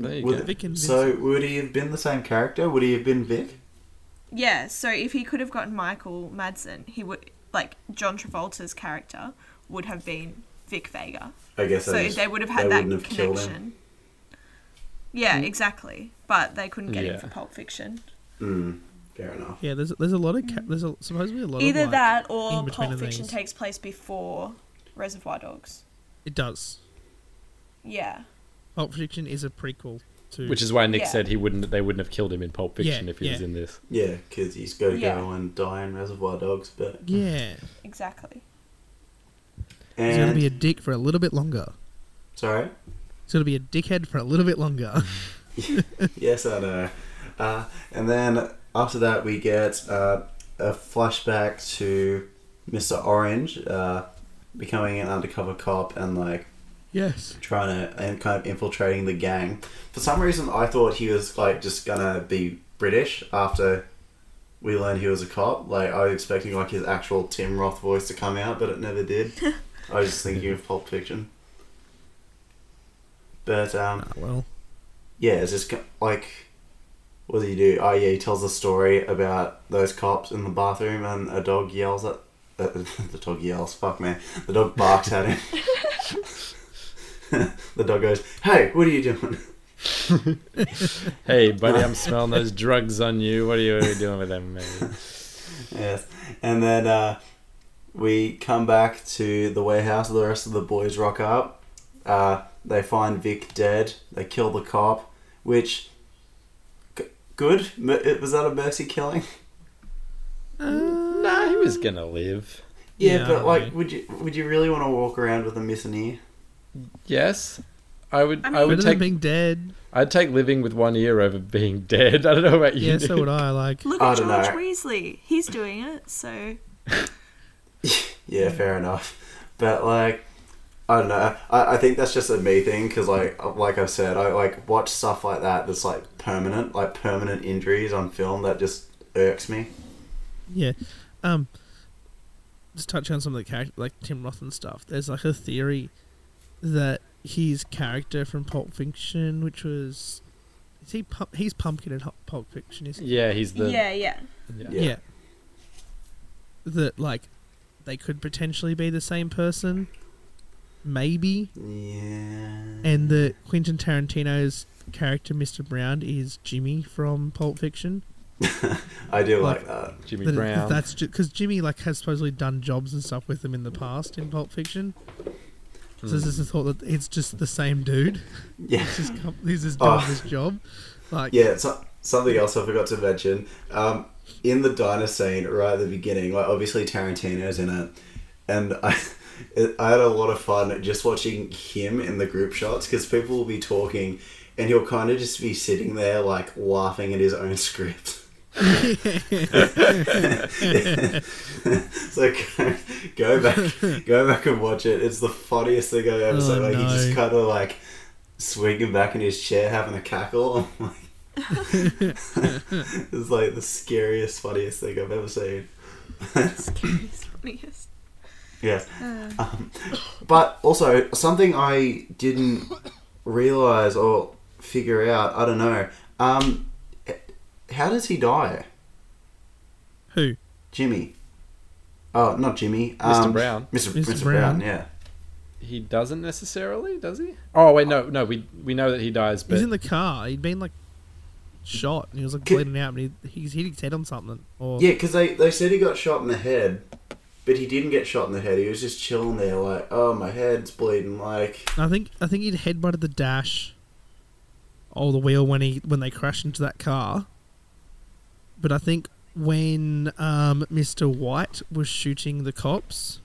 Speaker 4: there you
Speaker 3: Would-
Speaker 4: go.
Speaker 1: Vic and
Speaker 3: So would he have been the same character? Would he have been Vic?
Speaker 2: Yeah, so if he could have gotten Michael Madsen, he would like John Travolta's character would have been Vic Vega.
Speaker 3: I guess
Speaker 2: So
Speaker 3: I just-
Speaker 2: they would have
Speaker 3: they
Speaker 2: had that
Speaker 3: wouldn't have killed him.
Speaker 2: connection. Yeah, exactly. But they couldn't get
Speaker 4: Yeah.
Speaker 2: him for Pulp Fiction.
Speaker 3: Hmm, fair enough.
Speaker 1: Yeah, there's there's a lot of ca- there's a, supposedly a lot
Speaker 2: Either
Speaker 1: of like,
Speaker 2: that
Speaker 1: in
Speaker 2: or
Speaker 1: between
Speaker 2: Pulp
Speaker 1: of
Speaker 2: Fiction
Speaker 1: these.
Speaker 2: takes place before Reservoir Dogs.
Speaker 1: It does.
Speaker 2: Yeah.
Speaker 1: Pulp Fiction is a prequel to
Speaker 4: Which is why Nick
Speaker 2: Yeah.
Speaker 4: said he wouldn't. They wouldn't have killed him in Pulp Fiction
Speaker 1: Yeah,
Speaker 4: if he was
Speaker 1: yeah.
Speaker 4: in this.
Speaker 3: Yeah, because he's got to go
Speaker 2: Yeah.
Speaker 3: and die in Reservoir Dogs. But
Speaker 1: yeah.
Speaker 2: Exactly.
Speaker 1: He's gonna
Speaker 3: and
Speaker 1: be a dick for a little bit longer.
Speaker 3: sorry,
Speaker 1: He's gonna be a dickhead for a little bit longer.
Speaker 3: yes, I know. Uh, and then after that, we get uh, a flashback to Mr. Orange uh, becoming an undercover cop and like
Speaker 1: yes.
Speaker 3: trying to and kind of infiltrating the gang. For some reason, I thought he was like just gonna be British after we learned he was a cop. Like I was expecting like his actual Tim Roth voice to come out, but it never did. I was just thinking of Pulp Fiction. But um,
Speaker 1: Ah, well.
Speaker 3: yeah, it's just ki- like what does he do? Oh yeah, he tells a story about those cops in the bathroom, and a dog yells at uh, the dog yells. Fuck man, the dog barks at him. the dog goes, "Hey, what are you doing?"
Speaker 4: Hey, buddy, I'm smelling those drugs on you. What are you, what are you doing with them? Man?
Speaker 3: yes, and then uh, we come back to the warehouse. The rest of the boys rock up. Uh, they find Vic dead. They kill the cop, which. g- Good? M- Was that a mercy killing?
Speaker 4: Nah, he was gonna live.
Speaker 3: Yeah,
Speaker 1: Yeah, I
Speaker 3: but
Speaker 1: don't
Speaker 3: like,
Speaker 1: know.
Speaker 3: would you would you really want to walk around with a missing ear?
Speaker 4: Yes, I would.
Speaker 2: I
Speaker 4: I,
Speaker 2: mean-
Speaker 4: would
Speaker 1: Better than
Speaker 4: take.
Speaker 1: being dead.
Speaker 4: I'd take living with one ear over being dead. I don't know about you.
Speaker 1: Yeah, so
Speaker 4: Nick.
Speaker 1: would I. Like,
Speaker 2: Look
Speaker 3: I
Speaker 2: at George
Speaker 3: dunno.
Speaker 2: Weasley. He's doing it, so
Speaker 3: Yeah, fair enough. But like, I don't know. I, I think that's just a me thing because like like I've said, I like watch stuff like that that's like permanent, like permanent injuries on film that just irks me.
Speaker 1: yeah. Um, just touching on some of the character, like Tim Roth and stuff. There's like a theory that his character from Pulp Fiction, which was, is he pump, he's Pumpkin in Hu- Pulp Fiction, is he?
Speaker 4: Yeah, he's the.
Speaker 2: yeah, yeah.
Speaker 3: Yeah.
Speaker 1: Yeah. That like they could potentially be the same person, maybe,
Speaker 3: Yeah.
Speaker 1: and that Quentin Tarantino's character Mr. Brown is Jimmy from Pulp Fiction.
Speaker 3: I do
Speaker 1: Like-
Speaker 3: like that.
Speaker 4: Jimmy
Speaker 1: That it-
Speaker 4: Brown.
Speaker 1: That's because Jimmy like has supposedly done jobs and stuff with them in the past in Pulp Fiction. So this is the thought that it's just the same dude.
Speaker 3: Hmm. Yeah.
Speaker 1: He's just, come, he's just
Speaker 3: Oh.
Speaker 1: doing this job. Like
Speaker 3: Yeah, so, something else I forgot to mention. Um, in the diner scene, right at the beginning, like obviously Tarantino's in it, and I, it, I had a lot of fun just watching him in the group shots because people will be talking, and he'll kind of just be sitting there like laughing at his own script. so go, go back, go back and watch it. It's the funniest thing I've ever
Speaker 1: Oh,
Speaker 3: seen. Like he just
Speaker 1: no.
Speaker 3: kind of like swinging back in his chair, having a cackle. I'm like, it's like the scariest, funniest thing I've ever seen.
Speaker 2: Scariest, funniest.
Speaker 3: Yes.
Speaker 2: Uh,
Speaker 3: Um, but also, something I didn't realize or figure out, I don't know. Um, how does he die?
Speaker 1: who?
Speaker 3: Jimmy. Oh, not Jimmy.
Speaker 4: Mr.
Speaker 3: Um,
Speaker 4: Brown.
Speaker 3: Mr.
Speaker 1: Mr.
Speaker 3: Mr. Brown.
Speaker 1: Brown.
Speaker 3: yeah.
Speaker 4: He doesn't necessarily, does he? Oh wait, no, no. We we know that he dies,
Speaker 1: He was
Speaker 4: but
Speaker 1: in the car. He'd been like shot and he was like
Speaker 3: Could-
Speaker 1: bleeding out and he, he's hit his head on something. Or
Speaker 3: Yeah, because they, they said he got shot in the head, but he didn't get shot in the head. He was just chilling there, like, oh, my head's bleeding. Like,
Speaker 1: I think I think he'd headbutted the dash or the wheel when he when they crashed into that car. But I think when um, Mr. White was shooting the cops,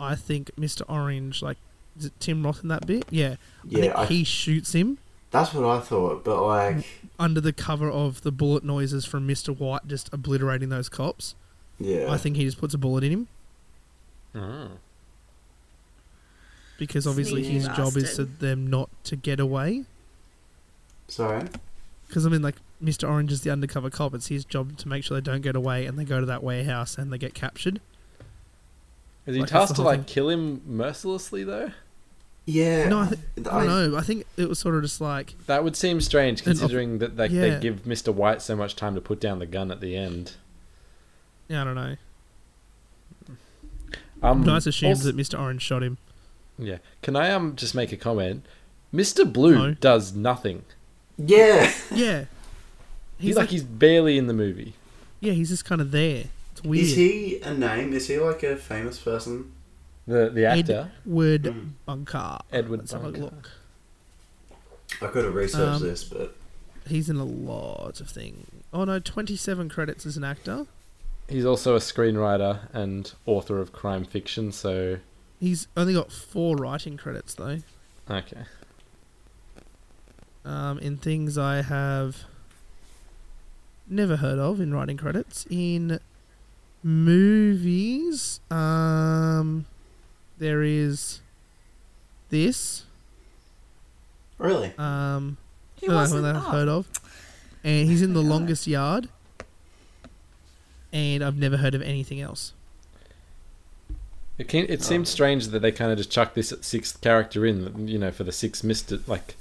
Speaker 1: I think Mr. Orange, like is it Tim Roth in that bit? Yeah. I think
Speaker 3: yeah, I,
Speaker 1: he Mm. shoots him
Speaker 3: that's what I thought, but like,
Speaker 1: under the cover of the bullet noises from Mr. White just obliterating those cops.
Speaker 3: yeah.
Speaker 1: I think he just puts a bullet in him
Speaker 4: Oh.
Speaker 1: because obviously
Speaker 2: Sneaky
Speaker 1: his job is to
Speaker 2: bastard.
Speaker 1: them not to get away.
Speaker 3: Sorry?
Speaker 1: Because I mean, like Mr. Orange is the undercover cop. It's his job to make sure they don't get away, and they go to that warehouse and they get captured.
Speaker 4: is he
Speaker 1: Like, that's the
Speaker 4: tasked to
Speaker 1: whole
Speaker 4: like
Speaker 1: thing.
Speaker 4: kill him mercilessly though?
Speaker 3: Yeah.
Speaker 1: No, I, th- I
Speaker 3: I-
Speaker 1: don't know. I think it was sort of just like,
Speaker 4: That would seem strange,
Speaker 1: An op-
Speaker 4: considering that they,
Speaker 1: Yeah.
Speaker 4: they give Mister White so much time to put down the gun at the end.
Speaker 1: yeah, I don't know.
Speaker 4: Um,
Speaker 1: Nice assumes
Speaker 4: also-
Speaker 1: that Mr. Orange shot him.
Speaker 4: Yeah. Can I um just make a comment? Mister Blue
Speaker 1: No.
Speaker 4: does nothing.
Speaker 3: Yeah.
Speaker 1: Yeah,
Speaker 4: He's,
Speaker 1: he's
Speaker 4: like,
Speaker 1: like,
Speaker 4: he's barely in the movie.
Speaker 1: yeah, he's just kind of there. It's weird.
Speaker 3: Is he a name? Is he like a famous person?
Speaker 4: The the
Speaker 1: Ed-
Speaker 4: actor.
Speaker 1: Word
Speaker 3: Mm.
Speaker 1: Bunker.
Speaker 4: Hmm. Edward
Speaker 1: Let's have a
Speaker 4: Bunker.
Speaker 1: look.
Speaker 3: I could have researched
Speaker 1: Um,
Speaker 3: this, but
Speaker 1: He's in a lot of things. Oh no, 27 credits as an actor.
Speaker 4: He's also a screenwriter and author of crime fiction, so
Speaker 1: He's only got four writing credits though.
Speaker 4: okay.
Speaker 1: Um, in things I have never heard of in writing credits. In movies, um, there is this.
Speaker 3: really,
Speaker 1: Um,
Speaker 2: He
Speaker 1: that I
Speaker 2: wasn't
Speaker 1: haven't
Speaker 2: up.
Speaker 1: heard of. And he's in the
Speaker 2: Yeah.
Speaker 1: longest yard. And I've never heard of anything else.
Speaker 4: It can, it
Speaker 1: Oh.
Speaker 4: seemed strange that they kind of just chucked this sixth character in, you know, for the six missed it. Like,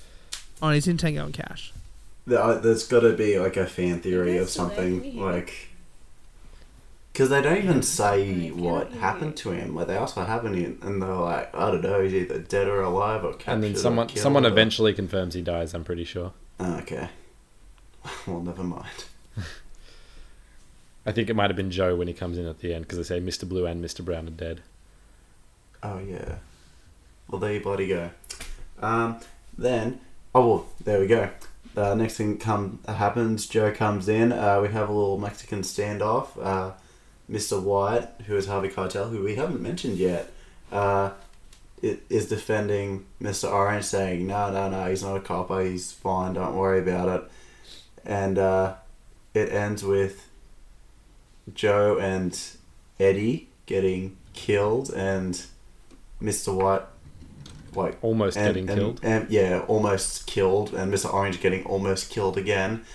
Speaker 1: Oh, and he's in Tango and Cash.
Speaker 3: There- uh, there's got to be like a fan theory
Speaker 5: You
Speaker 3: of
Speaker 5: guys still there? Can you
Speaker 3: something
Speaker 5: hear
Speaker 3: like because they don't even say
Speaker 5: I cannot
Speaker 3: what
Speaker 5: hear
Speaker 3: happened to him. Like they ask what happened, to him, and they're like, I don't know, he's either dead or alive or captured.
Speaker 4: and then
Speaker 3: or
Speaker 4: someone
Speaker 3: killed
Speaker 4: someone
Speaker 3: or-
Speaker 4: eventually confirms he dies. I'm pretty sure.
Speaker 3: Oh, okay. Well, never mind.
Speaker 4: I think it might have been Joe when he comes in at the end because they say Mr. Blue and Mr. Brown are dead.
Speaker 3: Oh yeah. Well, there you bloody go. Um, then, oh well, there we go. The next thing come uh, happens. Joe comes in. Uh, we have a little Mexican standoff. Uh, Mr. White, who is Harvey Keitel, who we haven't mentioned yet, uh, i- is defending Mr. Orange, saying, "No, no, no, he's not a copper. He's fine. Don't worry about it." And uh, it ends with Joe and Eddie getting killed, and Mr. White, like
Speaker 4: Almost
Speaker 3: and-
Speaker 4: getting
Speaker 3: and-
Speaker 4: killed.
Speaker 3: and- yeah, almost killed, and Mr. Orange getting almost killed again.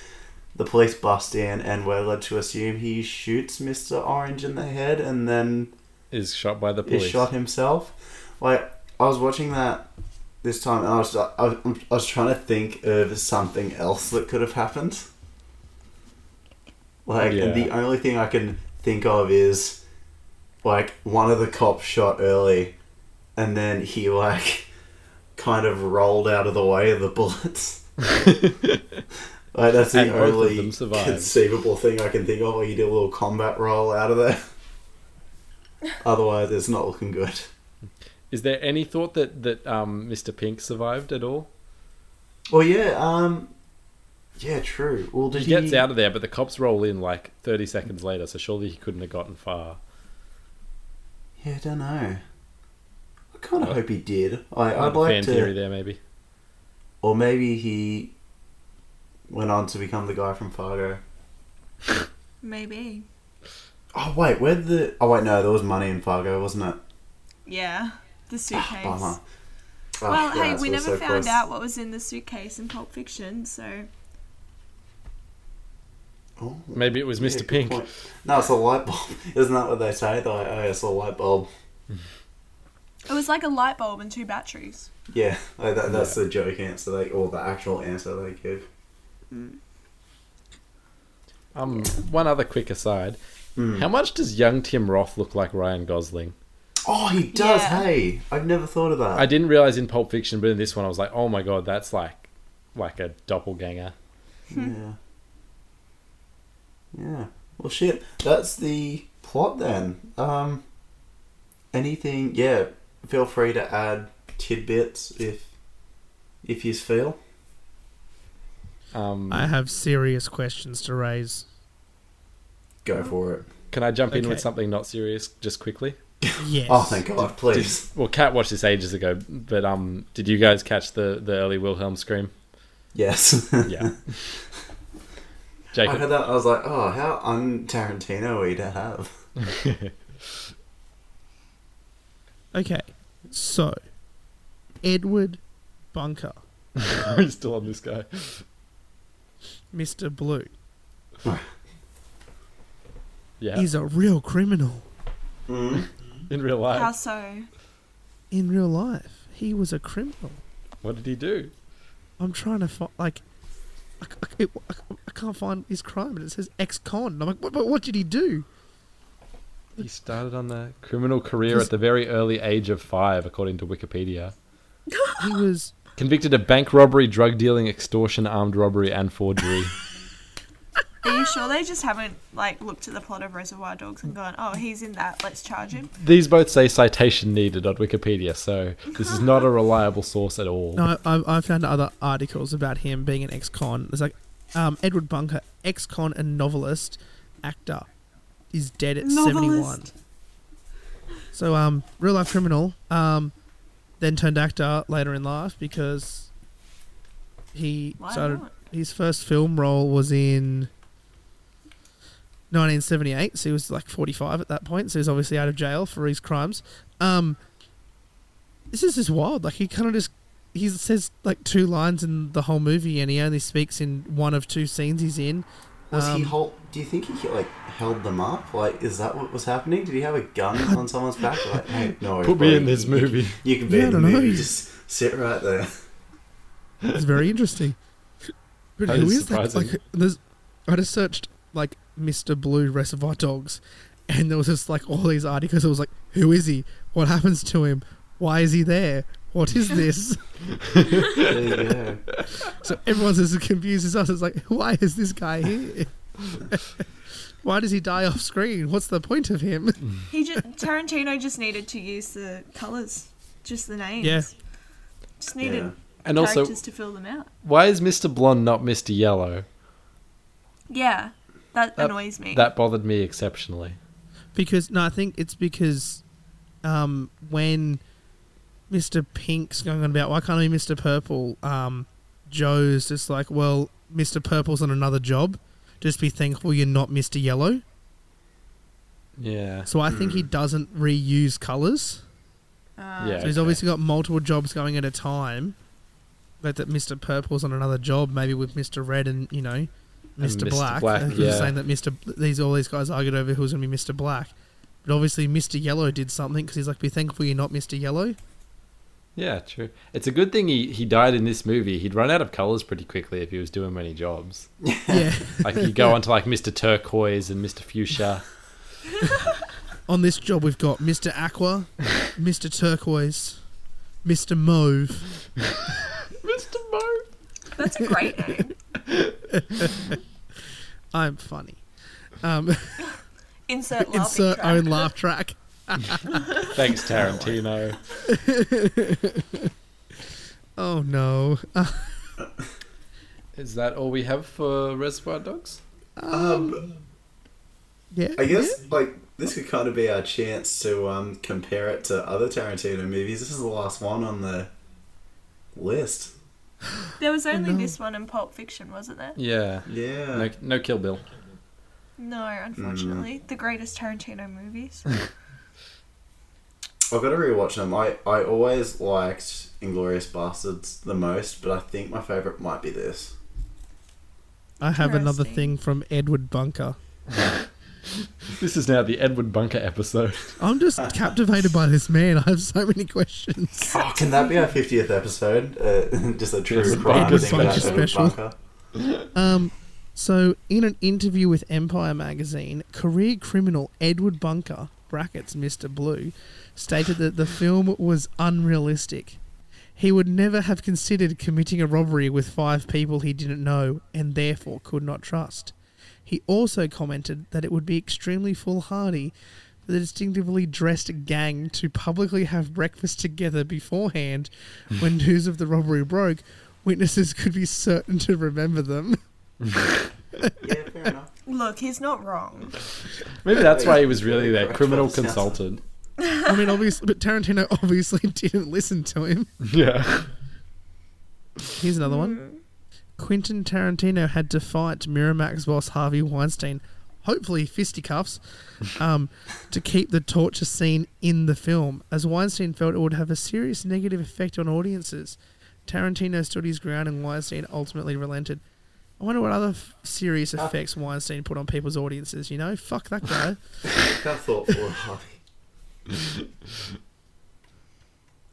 Speaker 3: The police bust in, and we're led to assume he shoots Mr. Orange in the head, and then
Speaker 4: Is shot by the
Speaker 3: is
Speaker 4: police.
Speaker 3: shot himself. Like I was watching that this time, and I was I, was- I was trying to think of something else that could have happened. Like
Speaker 4: Yeah.
Speaker 3: the only thing I can think of is like one of the cops shot early, and then he like kind of rolled out of the way of the bullets. Like that's the
Speaker 4: And both of
Speaker 3: only
Speaker 4: them survived.
Speaker 3: conceivable thing I can think of. Like you did a little combat roll out of there. Otherwise, it's not looking good.
Speaker 4: Is there any thought that that um, Mr. Pink survived at all?
Speaker 3: Well, yeah, um, yeah, true. Well, did
Speaker 4: He gets out of there, but the cops roll in like 30 seconds later, so surely he couldn't have gotten far.
Speaker 3: Yeah, I don't know. I kind of
Speaker 4: Well,
Speaker 3: hope he did. I, I'd
Speaker 4: Another
Speaker 3: like
Speaker 4: fan theory
Speaker 3: to,
Speaker 4: there, maybe.
Speaker 3: or maybe he went on to become the guy from Fargo.
Speaker 2: Maybe.
Speaker 3: Oh wait, where the? Oh wait, no, there was money in Fargo, wasn't it?
Speaker 2: Yeah. The
Speaker 3: Ah,
Speaker 2: suitcase.
Speaker 3: bummer. Ah,
Speaker 2: Well,
Speaker 3: yeah,
Speaker 2: hey,
Speaker 3: it's
Speaker 2: we
Speaker 3: all
Speaker 2: never
Speaker 3: so
Speaker 2: found
Speaker 3: close.
Speaker 2: out what was in the suitcase in Pulp Fiction, so
Speaker 3: Oh,
Speaker 4: Maybe it was
Speaker 3: yeah,
Speaker 4: Mr.
Speaker 3: good
Speaker 4: Pink.
Speaker 3: point. No, it's a light bulb. Isn't that what they say? They're like, oh, it's a light bulb.
Speaker 2: it was like a light bulb and two batteries.
Speaker 3: Yeah, like that, that's the joke answer, they, or the actual answer they give.
Speaker 4: Um, one other quick aside.
Speaker 3: Hmm.
Speaker 4: How much does young Tim Roth look like Ryan Gosling?
Speaker 3: Oh, he does.
Speaker 2: Yeah.
Speaker 3: Hey, I've never thought of that.
Speaker 4: I didn't realize in Pulp Fiction, but in this one, I was like, oh my god, that's like, like a doppelganger.
Speaker 2: Hmm.
Speaker 3: Yeah. Yeah. Well, shit. That's the plot then. Um. Anything? Yeah. Feel free to add tidbits if if you feel.
Speaker 4: Um,
Speaker 3: Mm.
Speaker 1: I have serious questions to raise.
Speaker 3: Go for it.
Speaker 4: can I jump in with
Speaker 1: Okay.
Speaker 4: something not serious, just quickly?
Speaker 1: Yes.
Speaker 3: Oh, thank God! Please.
Speaker 4: Well, Kat watched this ages ago, but um, did you guys catch the the early Wilhelm scream?
Speaker 3: Yes.
Speaker 4: Yeah.
Speaker 3: I
Speaker 4: Jacob,
Speaker 3: heard that. I was like, oh, how un-Tarantino are we to have?
Speaker 1: Okay, so Edward Bunker,
Speaker 4: he's still on this guy.
Speaker 1: Mr. Blue,
Speaker 4: Yeah,
Speaker 1: is a real criminal
Speaker 3: Mm.
Speaker 4: in real life.
Speaker 2: How so?
Speaker 1: in real life. He was a criminal.
Speaker 4: What did he do?
Speaker 1: I'm trying to find like. I, c- I c- it- I c- I can't find his crime, and it says ex-con. I'm like, but what, what did he do?
Speaker 4: He started on the criminal career
Speaker 1: Cause-
Speaker 4: at the very early age of five, according to Wikipedia.
Speaker 1: He was
Speaker 4: Convicted of bank robbery, drug dealing, extortion, armed robbery, and forgery.
Speaker 2: Are you you sure they just haven't like looked at the plot of Reservoir Dogs and gone, "Oh, he's in that. Let's charge him."
Speaker 4: These both say citation needed on Wikipedia, so this is not a reliable source at all.
Speaker 1: No, I, I found other articles about him being an ex-con. It's like um, Edward Bunker, ex-con and novelist, actor, is dead at seventy-one.
Speaker 2: Novelist.
Speaker 1: So, um, real life criminal, um, then turned actor later in life because he
Speaker 2: Why
Speaker 1: started
Speaker 2: not?
Speaker 1: his first film role was in 1978, so he was like 45 at that point, so he's obviously out of jail for his crimes. Um, this is just wild. Like, he kind of just. He says like two lines in the whole movie, and he only speaks in one of two scenes he's in.
Speaker 3: Was
Speaker 1: Um,
Speaker 3: he hold? Do you think he like held them up? Like, is that what was happening? Did he have a gun on someone's back? Like, hey, no.
Speaker 4: Put
Speaker 3: buddy,
Speaker 4: me in this
Speaker 3: you-
Speaker 4: movie.
Speaker 3: You can be
Speaker 1: Yeah, I
Speaker 3: in the
Speaker 1: don't know.
Speaker 3: movie. Just sit right there.
Speaker 1: It's very interesting. But
Speaker 4: That
Speaker 1: who
Speaker 4: is
Speaker 1: is that?
Speaker 4: surprising.
Speaker 1: Like, there's, I just searched like Mr. Blue Reservoir Dogs, and there was just like all these articles. It was like, who is he? What happens to him? Why is he there? What is this?
Speaker 3: There you go.
Speaker 1: so everyone's as confused as us. It's like, why is this guy here? why does he die off screen? What's the point of him?
Speaker 2: He just Tarantino just needed to use the colors, just the names.
Speaker 1: Yeah.
Speaker 2: Just needed
Speaker 3: Yeah.
Speaker 4: And
Speaker 2: characters
Speaker 4: also,
Speaker 2: to fill them out.
Speaker 4: why is Mr. Blonde not Mr. Yellow?
Speaker 2: Yeah, that,
Speaker 4: That-
Speaker 2: annoys me.
Speaker 4: That bothered me exceptionally.
Speaker 1: Because no, I think it's because um, when Mister Pink's going on about why can't I be Mister Purple, um, Joe's just like, well, Mister Purple's on another job. Just be thankful you're not Mister Yellow.
Speaker 4: Yeah.
Speaker 1: So I think he doesn't reuse colours.
Speaker 2: Uh,
Speaker 4: yeah.
Speaker 1: So he's
Speaker 4: okay.
Speaker 1: obviously got multiple jobs going at a time. But that Mister Purple's on another job, maybe with Mister Red and you know. Mr.
Speaker 4: Mr.
Speaker 1: Black,
Speaker 4: Black,
Speaker 1: I think he was
Speaker 4: yeah.
Speaker 1: saying that Mr. Bl- These all these guys argued over who was going to be Mr. Black, but obviously Mr. Yellow did something because he's like, "Be thankful you're not Mr. Yellow."
Speaker 4: Yeah, true. It's a good thing he, he died in this movie. He'd run out of colors pretty quickly if he was doing many jobs.
Speaker 1: yeah.
Speaker 4: Like you go on to like Mr. Turquoise and Mr. Fuchsia.
Speaker 1: On this job, we've got Mr. Aqua, Mr. Turquoise, Mr. Mauve.
Speaker 4: Mr. Mo.
Speaker 2: That's a great name.
Speaker 1: I'm funny. Um,
Speaker 2: Insert laughing
Speaker 1: insert
Speaker 2: track.
Speaker 1: own laugh track.
Speaker 4: Thanks, Tarantino.
Speaker 1: Oh no. Uh,
Speaker 4: Is that all we have for Reservoir Dogs?
Speaker 3: Um,
Speaker 1: yeah.
Speaker 3: I guess like this could kind of be our chance to um compare it to other Tarantino movies. This is the last one on the list.
Speaker 2: There was only
Speaker 1: no.
Speaker 2: this one in Pulp Fiction, wasn't there?
Speaker 4: Yeah.
Speaker 3: Yeah.
Speaker 4: No, no Kill Bill.
Speaker 2: No, unfortunately,
Speaker 4: Mm.
Speaker 2: the greatest Tarantino movies.
Speaker 3: I've got to rewatch them. I, I always liked Inglorious Bastards the most, but I think my favourite might be this.
Speaker 1: I have another
Speaker 2: Interesting.
Speaker 1: thing from Edward Bunker.
Speaker 4: This is now the Edward Bunker episode.
Speaker 1: I'm just captivated by this man. I have so many questions.
Speaker 3: Oh, can that be our 50th episode? Uh, just a true
Speaker 4: Just
Speaker 3: crime
Speaker 4: Bunker
Speaker 3: thing about
Speaker 1: special.
Speaker 3: Edward
Speaker 1: Special.
Speaker 3: Bunker.
Speaker 1: Um, so in an interview with Empire magazine, career criminal Edward Bunker (brackets Mr. Blue) stated that the film was unrealistic. He would never have considered committing a robbery with five people he didn't know and therefore could not trust. He also commented that it would be extremely foolhardy for the distinctively dressed gang to publicly have breakfast together beforehand when news of the robbery broke. Witnesses could be certain to remember them.
Speaker 3: Yeah, fair enough.
Speaker 2: Look, he's not wrong.
Speaker 4: Maybe that's why he was really
Speaker 3: Yeah,
Speaker 4: that criminal
Speaker 3: that's- that's-
Speaker 4: consultant.
Speaker 1: I mean, obviously, but Tarantino obviously didn't listen to him.
Speaker 4: Yeah.
Speaker 1: Here's another
Speaker 2: Mm.
Speaker 1: one. Quentin Tarantino had to fight Miramax boss Harvey Weinstein, hopefully fisticuffs, um, to keep the torture scene in the film, as Weinstein felt it would have a serious negative effect on audiences. Tarantino stood his ground, and Weinstein ultimately relented. I wonder what other f- serious effects Weinstein put on people's audiences. You know, fuck that guy.
Speaker 3: How thoughtful of Harvey.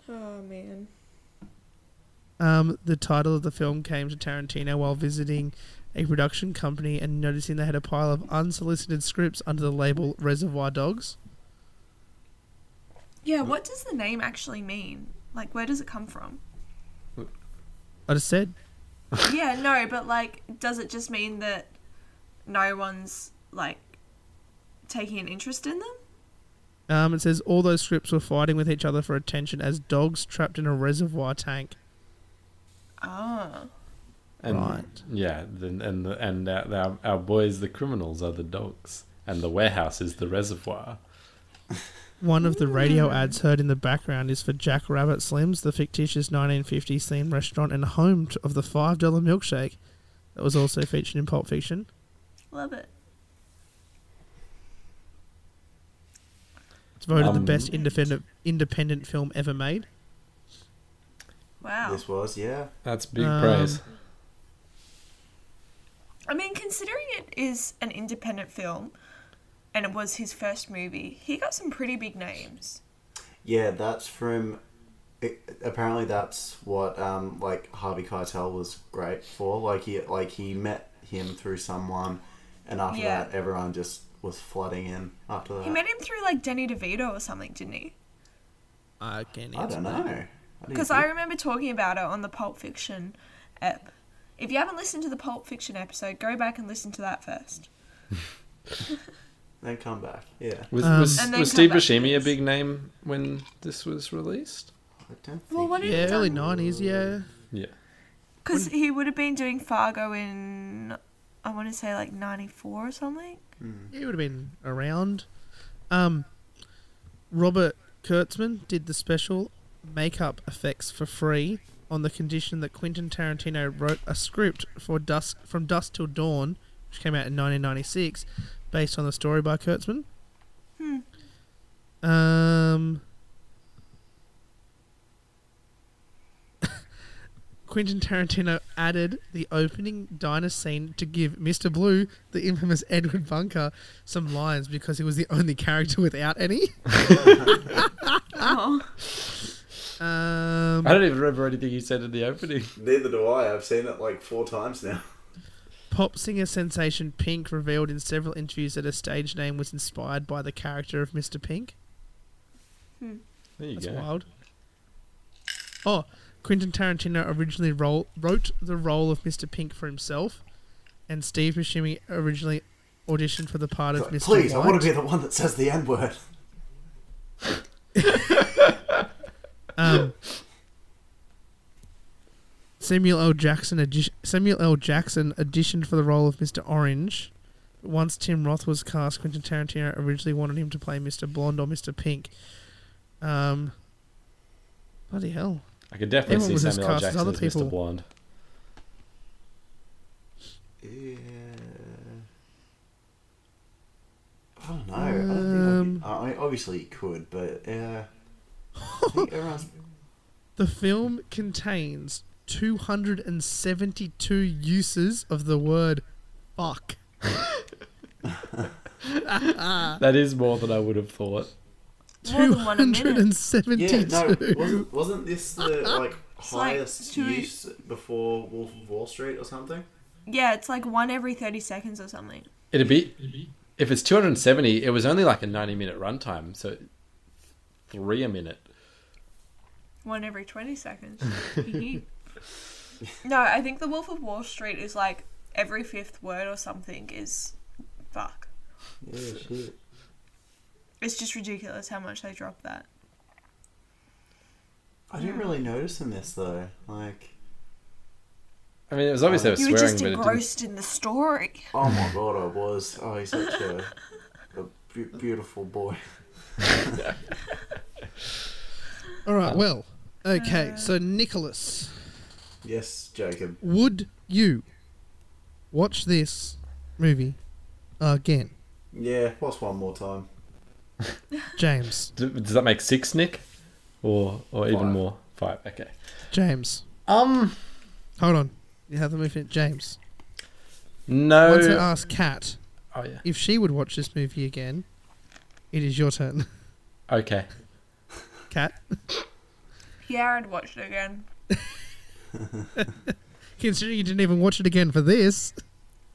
Speaker 2: Oh man.
Speaker 1: Um, the title of the film came to Tarantino while visiting a production company and noticing they had a pile of unsolicited scripts under the label Reservoir Dogs.
Speaker 2: Yeah, what does the name actually mean? Like, where does it come from?
Speaker 1: I just said,
Speaker 2: yeah, no, but like, does it just mean that no one's like taking an interest in them.
Speaker 1: Um, it says all those scripts were fighting with each other for attention as dogs trapped in a reservoir tank.
Speaker 2: Ah,
Speaker 4: And,
Speaker 1: Right.
Speaker 4: Yeah, then and the, and our, our, our boys, the criminals, are the dogs, and the warehouse is the reservoir.
Speaker 1: One of the
Speaker 3: Mm.
Speaker 1: radio ads heard in the background is for Jack Rabbit Slims, the fictitious 1950s themed restaurant and home t- of the $5 milkshake that was also featured in Pulp Fiction.
Speaker 2: love it.
Speaker 1: It's voted the
Speaker 4: Um,
Speaker 1: best independent independent film ever made.
Speaker 2: Wow.
Speaker 3: This was, yeah.
Speaker 4: That's big
Speaker 1: Um,
Speaker 4: praise.
Speaker 2: I mean, considering it is an independent film, and it was his first movie, he got some pretty big names.
Speaker 3: Yeah, that's from. It, apparently, that's what um, like Harvey Keitel was great for. Like he like he met him through someone, and after
Speaker 2: Yeah.
Speaker 3: that, everyone just was flooding in. After that,
Speaker 2: He met him through like Danny DeVito or something, didn't he?
Speaker 1: I can't
Speaker 3: I
Speaker 1: answer
Speaker 3: don't know.
Speaker 1: that.
Speaker 3: I didn't
Speaker 2: Because I
Speaker 3: think-
Speaker 2: remember talking about it on the Pulp Fiction ep. If you haven't listened to the Pulp Fiction episode, go back and listen to that first.
Speaker 3: then come back. Yeah,
Speaker 4: Was
Speaker 1: Um,
Speaker 4: was,
Speaker 2: And then
Speaker 4: was
Speaker 2: come
Speaker 4: Steve
Speaker 2: back to
Speaker 4: Buscemi a
Speaker 2: this.
Speaker 4: big name when this was released?
Speaker 3: I don't.
Speaker 2: Well,
Speaker 3: think
Speaker 2: what
Speaker 3: he-
Speaker 2: did-
Speaker 1: Yeah, early 90s, yeah.
Speaker 4: Yeah,
Speaker 2: Because he would have been doing Fargo in, I want to say like 94 or something.
Speaker 1: He would have been around. Um, Robert Kurtzman did the special makeup effects for free on the condition that Quentin Tarantino wrote a script for Dusk from Dusk Till Dawn, which came out in 1996, based on the story by Kurtzman. Um, Quentin Tarantino added the opening diner scene to give Mr. Blue, the infamous Edward Bunker, some lines because he was the only character without any.
Speaker 2: Oh.
Speaker 1: Um,
Speaker 4: I don't even remember anything he said in the opening.
Speaker 3: Neither do I. I've seen it like four times now.
Speaker 1: Pop singer sensation Pink revealed in several interviews that her stage name was inspired by the character of Mr. Pink.
Speaker 4: There you
Speaker 1: That's
Speaker 4: go.
Speaker 1: wild. Oh, Quentin Tarantino originally role, wrote the role of Mr. Pink for himself, and Steve Buscemi originally auditioned for the part of
Speaker 3: Like,
Speaker 1: Mr.
Speaker 3: Please, I
Speaker 1: White.
Speaker 3: want to be the one that says the N word.
Speaker 1: Um, Samuel L. Jackson addi- Samuel L. Jackson auditioned for the role of Mr. Orange. Once Tim Roth was cast, Quentin Tarantino originally wanted him to play Mr. Blonde or Mr. Pink. Um, bloody hell!
Speaker 4: I could definitely
Speaker 1: Everyone
Speaker 4: see
Speaker 1: was just
Speaker 4: Samuel L.
Speaker 1: cast as
Speaker 4: Jackson
Speaker 1: other
Speaker 4: as Mr.
Speaker 1: people.
Speaker 4: Blonde.
Speaker 3: Yeah. I don't know. I don't
Speaker 1: Um,
Speaker 3: think I, could- I obviously you could, but uh, I think everyone's
Speaker 1: The film contains 272 uses of the word "fuck." Uh.
Speaker 4: That is more than I would have thought.
Speaker 2: More than one a minute.
Speaker 1: 272.
Speaker 3: yeah. No, wasn't wasn't this the like
Speaker 2: like
Speaker 3: highest
Speaker 2: two-
Speaker 3: use before Wolf of Wall Street or something?
Speaker 2: Yeah, it's like one every 30 seconds or something.
Speaker 4: It'd be if it's 270. It was only like a 90 minute runtime, so three a minute.
Speaker 2: One every 20 seconds. no, I think The Wolf of Wall Street is like every fifth word or something is fuck.
Speaker 3: Yeah, shit.
Speaker 2: It's just ridiculous how much they drop that.
Speaker 3: I didn't really notice in this though. Like,
Speaker 4: I mean, it was obviously they
Speaker 2: You
Speaker 4: were
Speaker 2: were
Speaker 4: swearing,
Speaker 2: just
Speaker 4: but it didn't
Speaker 2: engrossed in the story.
Speaker 3: oh my god, I was. Oh, he's such a, a bu- beautiful boy.
Speaker 1: All
Speaker 3: Uh,
Speaker 1: right. Well,
Speaker 2: uh,
Speaker 1: okay. So Nicholas.
Speaker 3: Yes, Jacob.
Speaker 1: Would you watch this movie again,
Speaker 3: Yeah, what's one more time?
Speaker 1: James?
Speaker 4: D- Does that make six, Nick, or or even
Speaker 3: Five.
Speaker 4: more? Five. Okay.
Speaker 1: James,
Speaker 4: Um.
Speaker 1: hold on. You have the movie, James.
Speaker 4: No.
Speaker 1: Once I asked Kat
Speaker 4: oh yeah.
Speaker 1: if she would watch this movie again, it is your turn,
Speaker 4: Okay.
Speaker 1: Kat.
Speaker 2: Yeah, I'd watch it again.
Speaker 1: Considering you didn't even watch it again for this,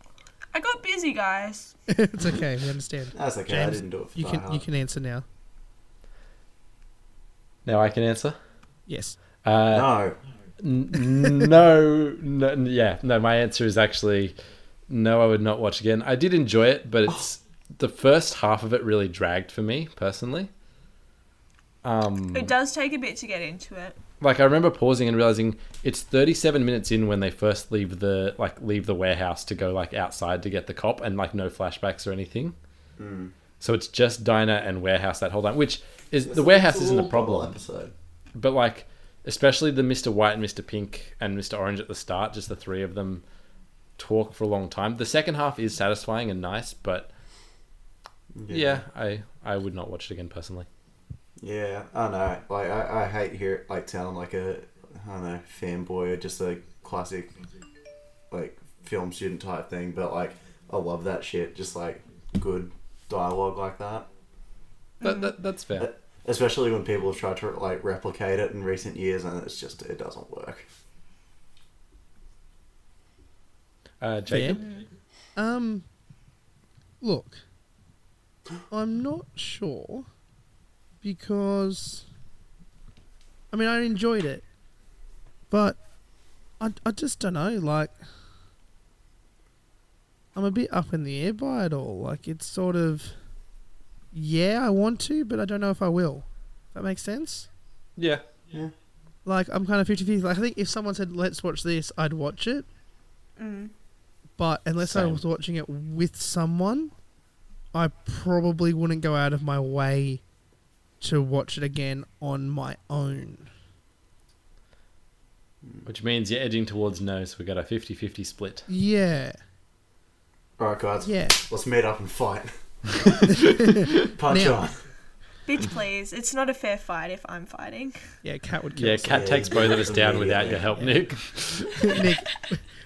Speaker 2: I got busy, guys.
Speaker 1: it's okay. We understand.
Speaker 3: That's okay. I
Speaker 1: James,
Speaker 3: didn't do it for
Speaker 1: You
Speaker 3: Die
Speaker 1: can
Speaker 3: Hard.
Speaker 1: you can answer now.
Speaker 4: Now I can answer.
Speaker 1: Yes.
Speaker 4: Uh,
Speaker 3: No,
Speaker 4: n- no, no. n- Yeah. No. My answer is actually No, I would not watch again. I did enjoy it, but it's the first half of it really dragged for me personally. Um,
Speaker 2: It does take a bit to get into it.
Speaker 4: like I remember pausing and realizing it's 37 minutes in when they first leave the like leave the warehouse to go like outside to get the cop and like no flashbacks or anything. So it's just diner and warehouse that whole time, which is the warehouse isn't a problem,
Speaker 3: Episode.
Speaker 4: but like especially the Mr. White and Mr. Pink and Mr. Orange at the start, just the three of them talk for a long time. The second half is satisfying and nice, but yeah, I I would not watch it again personally.
Speaker 3: Yeah, I know. Like I, I hate hear like sounding like a I don't know fanboy or just a classic like film student type thing, but like I love that shit. Just like good dialogue like that,
Speaker 4: That, that that's fair.
Speaker 3: especially when people have tried to like replicate it in recent years, and it's just it doesn't work.
Speaker 4: Uh, Jacob,
Speaker 1: Um, look, I'm not sure because I mean I enjoyed it, but I I just don't know. Like, I'm a bit up in the air by it all. Like, it's sort of yeah, I want to, but I don't know if I will. If that makes sense.
Speaker 4: yeah.
Speaker 1: Like, I'm kind of 50-50. Like, I think if someone said let's watch this, I'd watch it.
Speaker 2: Mm.
Speaker 1: But unless I
Speaker 4: Same.
Speaker 1: was watching it with someone, I probably wouldn't go out of my way to watch it again on my own.
Speaker 4: Which means you're edging towards no, so we got a 50 50 split.
Speaker 1: Yeah.
Speaker 3: All right, guys,
Speaker 1: Yeah.
Speaker 3: let's meet up and fight. Punch
Speaker 1: Now-
Speaker 3: on.
Speaker 2: Bitch, please. It's not a fair fight if I'm fighting.
Speaker 1: Yeah, Cat would kill
Speaker 4: Yeah,
Speaker 1: us.
Speaker 4: Cat takes both of us down without your help, Nick.
Speaker 1: Nick,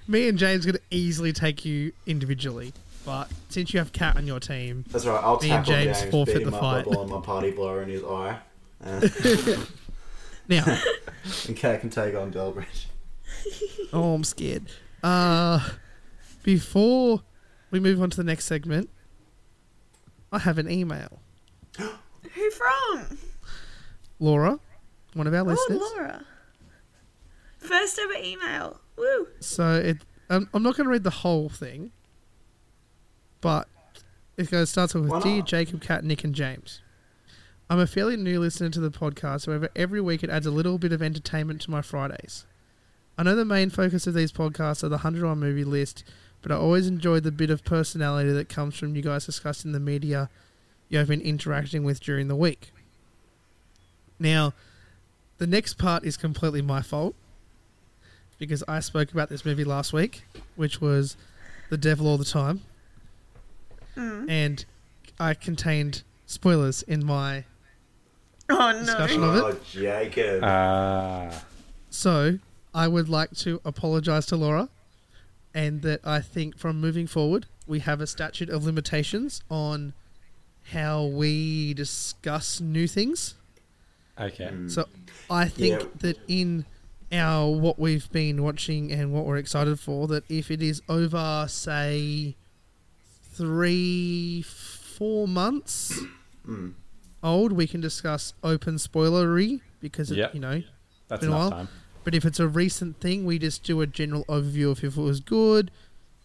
Speaker 1: me and James could easily take you individually, but since you have Cat on your team,
Speaker 3: That's right. I'll
Speaker 1: Me and
Speaker 3: tackle
Speaker 1: James
Speaker 3: James,
Speaker 1: forfeit
Speaker 3: beat him
Speaker 1: the
Speaker 3: up
Speaker 1: fight.
Speaker 3: by blowing my party blower in his eye, and,
Speaker 1: now,
Speaker 3: and Cat can take on Delbridge.
Speaker 1: oh, I'm scared. Uh, before we move on to the next segment, I have an email.
Speaker 2: Who from?
Speaker 1: Laura, one of our listeners.
Speaker 2: Oh, Laura. First ever email. Woo.
Speaker 1: So it, I'm, I'm not going to read the whole thing, but it goes starts off
Speaker 3: Why
Speaker 1: with
Speaker 3: not?
Speaker 1: Dear Jacob, Cat, Nick, and James. I'm a fairly new listener to the podcast, however, every week it adds a little bit of entertainment to my Fridays. I know the main focus of these podcasts are the 100 on movie list, but I always enjoy the bit of personality that comes from you guys discussing the media you have been interacting with during the week. Now, the next part is completely my fault because I spoke about this movie last week, which was The Devil All the Time, and I contained spoilers in my
Speaker 2: Oh, no.
Speaker 1: discussion of it.
Speaker 3: Jacob.
Speaker 4: Ah.
Speaker 1: So I would like to apologise to Laura, and that I think from moving forward we have a statute of limitations on how we discuss new things.
Speaker 4: okay.
Speaker 3: Mm.
Speaker 1: So I think
Speaker 3: Yeah.
Speaker 1: that in our what we've been watching and what we're excited for, that if it is over, say, three, four months
Speaker 3: Hmm.
Speaker 1: old, we can discuss open spoilery because, it,
Speaker 4: Yeah.
Speaker 1: you know,
Speaker 4: That's
Speaker 1: been a while.
Speaker 4: enough time.
Speaker 1: but if it's a recent thing, we just do a general overview of if it was good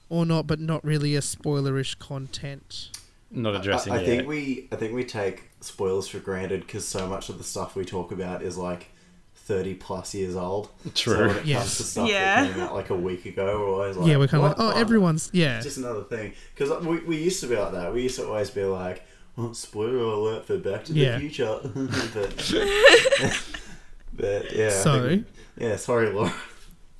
Speaker 1: or not, but not really a spoilerish content.
Speaker 4: Not addressing
Speaker 3: I, I
Speaker 4: it.
Speaker 3: think we I think we take spoilers for granted because so much of the stuff we talk about is like thirty plus years old.
Speaker 4: True.
Speaker 3: So when it comes
Speaker 1: Yes.
Speaker 3: to stuff
Speaker 2: Yeah.
Speaker 3: that came out like a week ago, we're always like,
Speaker 1: yeah, we're kind of
Speaker 3: "What?
Speaker 1: like, oh, everyone's, yeah.
Speaker 3: It's just another thing because we, we used to be like that. We used to always be like, oh, spoiler alert for Back to
Speaker 1: Yeah.
Speaker 3: the Future. but, but yeah, I
Speaker 1: So-
Speaker 3: think- yeah, sorry, Laura.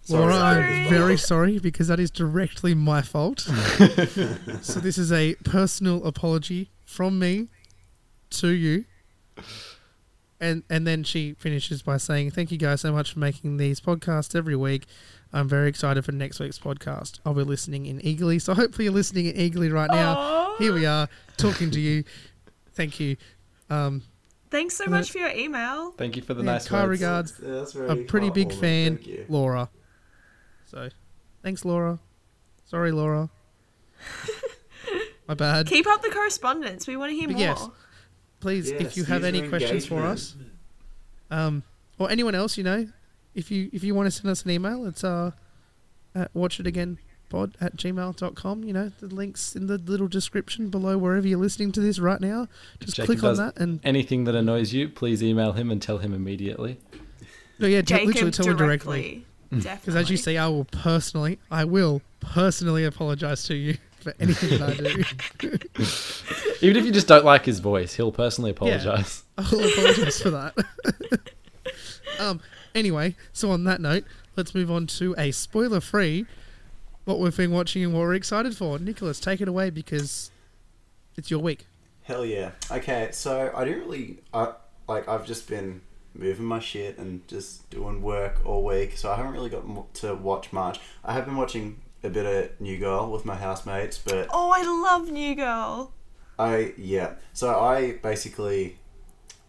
Speaker 3: Sorry,
Speaker 1: Laura,
Speaker 3: Jacob,
Speaker 1: I'm
Speaker 3: as well.
Speaker 1: very sorry because that is directly my fault. so this is a personal apology from me to you. And and then she finishes by saying, "Thank you guys so much for making these podcasts every week. I'm very excited for next week's podcast. I'll be listening in eagerly. So hopefully you're listening in eagerly right now.
Speaker 2: Aw.
Speaker 1: Here we are talking to you. Thank you. Um,
Speaker 2: Thanks so much for your email.
Speaker 4: Thank you for the
Speaker 1: Yeah,
Speaker 4: nice
Speaker 1: Kai
Speaker 4: words.
Speaker 1: regards.
Speaker 3: Yeah, that's
Speaker 1: a
Speaker 3: very
Speaker 1: pretty big
Speaker 3: heartwarming.
Speaker 1: fan,
Speaker 3: Thank you.
Speaker 1: Laura. So, thanks, Laura. Sorry, Laura. My bad.
Speaker 2: Keep up the correspondence. We want to hear
Speaker 1: But
Speaker 2: more.
Speaker 1: yes. Please, if
Speaker 3: Yes,
Speaker 1: you have
Speaker 3: user
Speaker 1: any questions for
Speaker 3: engagement.
Speaker 1: us, um, or anyone else, you know, if you if you want to send us an email, it's uh, at watch it again pod at gmail.com. You know, the link's in the little description below wherever you're listening to this right now. Just
Speaker 4: Jacob
Speaker 1: click on
Speaker 4: does-
Speaker 1: that and
Speaker 4: Anything that annoys you, please email him and tell him immediately.
Speaker 1: no, oh, yeah,
Speaker 2: Jacob
Speaker 1: literally tell him directly.
Speaker 2: directly.
Speaker 1: Because as you see, I will personally, I will personally apologize to you for anything that I do.
Speaker 4: Even if you just don't like his voice, he'll personally apologize.
Speaker 1: I will apologize for that. um. Anyway, so on that note, let's move on to a spoiler-free what we've been watching and what we're excited for. Nicholas, take it away because it's your week.
Speaker 3: Hell yeah. Okay, so I didn't really. I, like, I've just been moving my shit and just doing work all week, so I haven't really got mo- to watch much. I have been watching a bit of New Girl with my housemates, but
Speaker 2: Oh, I love New Girl.
Speaker 3: I. Yeah. So I basically.